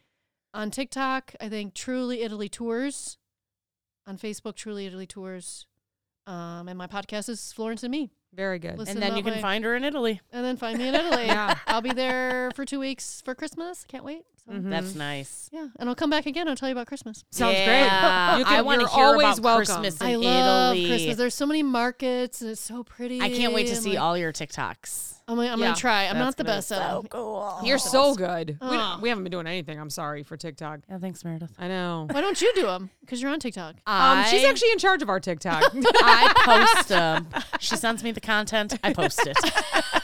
[SPEAKER 4] On TikTok, I think truly Italy tours. On Facebook, truly Italy tours. Um, and my podcast is Florence and Me.
[SPEAKER 3] Very good.
[SPEAKER 4] Listen
[SPEAKER 2] And then
[SPEAKER 4] that
[SPEAKER 2] you can
[SPEAKER 4] way.
[SPEAKER 2] find her in Italy.
[SPEAKER 4] and then find me in Italy.
[SPEAKER 3] Yeah.
[SPEAKER 4] I'll be there for two weeks for Christmas. Can't wait. So,
[SPEAKER 3] Mhm.
[SPEAKER 2] That's nice.
[SPEAKER 4] Yeah, and I'll come back again. I'll tell you about Christmas.
[SPEAKER 3] Sounds
[SPEAKER 2] Yeah,
[SPEAKER 3] great. You
[SPEAKER 2] I
[SPEAKER 3] can-
[SPEAKER 2] want to
[SPEAKER 3] you're
[SPEAKER 2] hear
[SPEAKER 3] always
[SPEAKER 2] about
[SPEAKER 3] welcome.
[SPEAKER 2] Christmas in
[SPEAKER 4] I love
[SPEAKER 2] Italy.
[SPEAKER 4] Christmas. There's so many markets, and it's so pretty.
[SPEAKER 2] I can't wait to
[SPEAKER 4] I'm
[SPEAKER 2] see
[SPEAKER 4] like-
[SPEAKER 2] all your TikToks.
[SPEAKER 4] I'm gonna, I'm
[SPEAKER 3] Yeah.
[SPEAKER 4] gonna try. I'm
[SPEAKER 2] That's
[SPEAKER 4] not the
[SPEAKER 2] gonna be
[SPEAKER 4] best at
[SPEAKER 2] so
[SPEAKER 4] it.
[SPEAKER 2] cool.
[SPEAKER 3] You're so good. We,
[SPEAKER 4] Aw.
[SPEAKER 3] don't- we haven't been doing anything. I'm sorry for TikTok.
[SPEAKER 2] Yeah, thanks, Meredith.
[SPEAKER 3] I know.
[SPEAKER 4] Why don't you do them? Because you're on TikTok.
[SPEAKER 3] Um,
[SPEAKER 2] Uh,
[SPEAKER 3] she's actually in charge of our TikTok.
[SPEAKER 2] I post them. She sends me the content. I post it.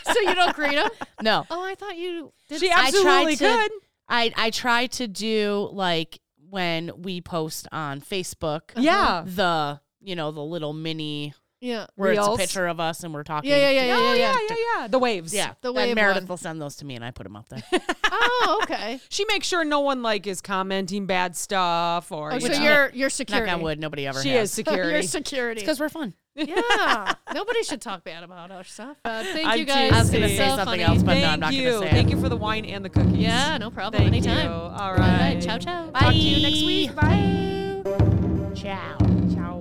[SPEAKER 4] so you don't create them?
[SPEAKER 2] No,
[SPEAKER 4] Oh, I thought you did.
[SPEAKER 3] she
[SPEAKER 2] I tried
[SPEAKER 3] absolutely
[SPEAKER 2] to-
[SPEAKER 3] could.
[SPEAKER 2] I I try to do like when we post on Facebook.
[SPEAKER 3] Yeah.
[SPEAKER 2] The you know the little mini
[SPEAKER 4] yeah.
[SPEAKER 2] where
[SPEAKER 3] Reels.
[SPEAKER 2] it's a picture of us and we're talking.
[SPEAKER 4] Yeah, yeah, yeah, yeah,
[SPEAKER 3] Oh
[SPEAKER 4] yeah,
[SPEAKER 3] yeah,
[SPEAKER 4] yeah.
[SPEAKER 3] yeah, yeah. The waves.
[SPEAKER 2] Yeah,
[SPEAKER 4] The
[SPEAKER 2] then
[SPEAKER 4] wave
[SPEAKER 2] Meredith
[SPEAKER 4] one.
[SPEAKER 2] will send those to me, and I put them up there.
[SPEAKER 4] Oh, okay.
[SPEAKER 3] She makes sure no one like is commenting bad stuff or
[SPEAKER 4] Oh,
[SPEAKER 3] you
[SPEAKER 4] so
[SPEAKER 3] know.
[SPEAKER 4] you're you're security.
[SPEAKER 2] Knock on wood, nobody ever.
[SPEAKER 3] she
[SPEAKER 2] has.
[SPEAKER 3] is security.
[SPEAKER 4] You're security.
[SPEAKER 2] because we're fun.
[SPEAKER 4] yeah. Nobody should talk bad about our stuff. Uh, thank
[SPEAKER 3] I'm
[SPEAKER 4] you guys.
[SPEAKER 3] I was gonna
[SPEAKER 4] It's
[SPEAKER 3] say
[SPEAKER 4] so
[SPEAKER 2] something
[SPEAKER 4] funny.
[SPEAKER 2] else, but-
[SPEAKER 3] Thank
[SPEAKER 2] no, I'm not gonna
[SPEAKER 3] you.
[SPEAKER 2] say it.
[SPEAKER 3] Thank you for the wine and the cookies.
[SPEAKER 4] yeah, no problem.
[SPEAKER 3] Thank
[SPEAKER 4] Anytime.
[SPEAKER 3] you. All
[SPEAKER 4] All right.
[SPEAKER 3] right.
[SPEAKER 4] Ciao, ciao.
[SPEAKER 2] Bye.
[SPEAKER 4] Talk to you next week. Bye.
[SPEAKER 2] Ciao.
[SPEAKER 3] Ciao.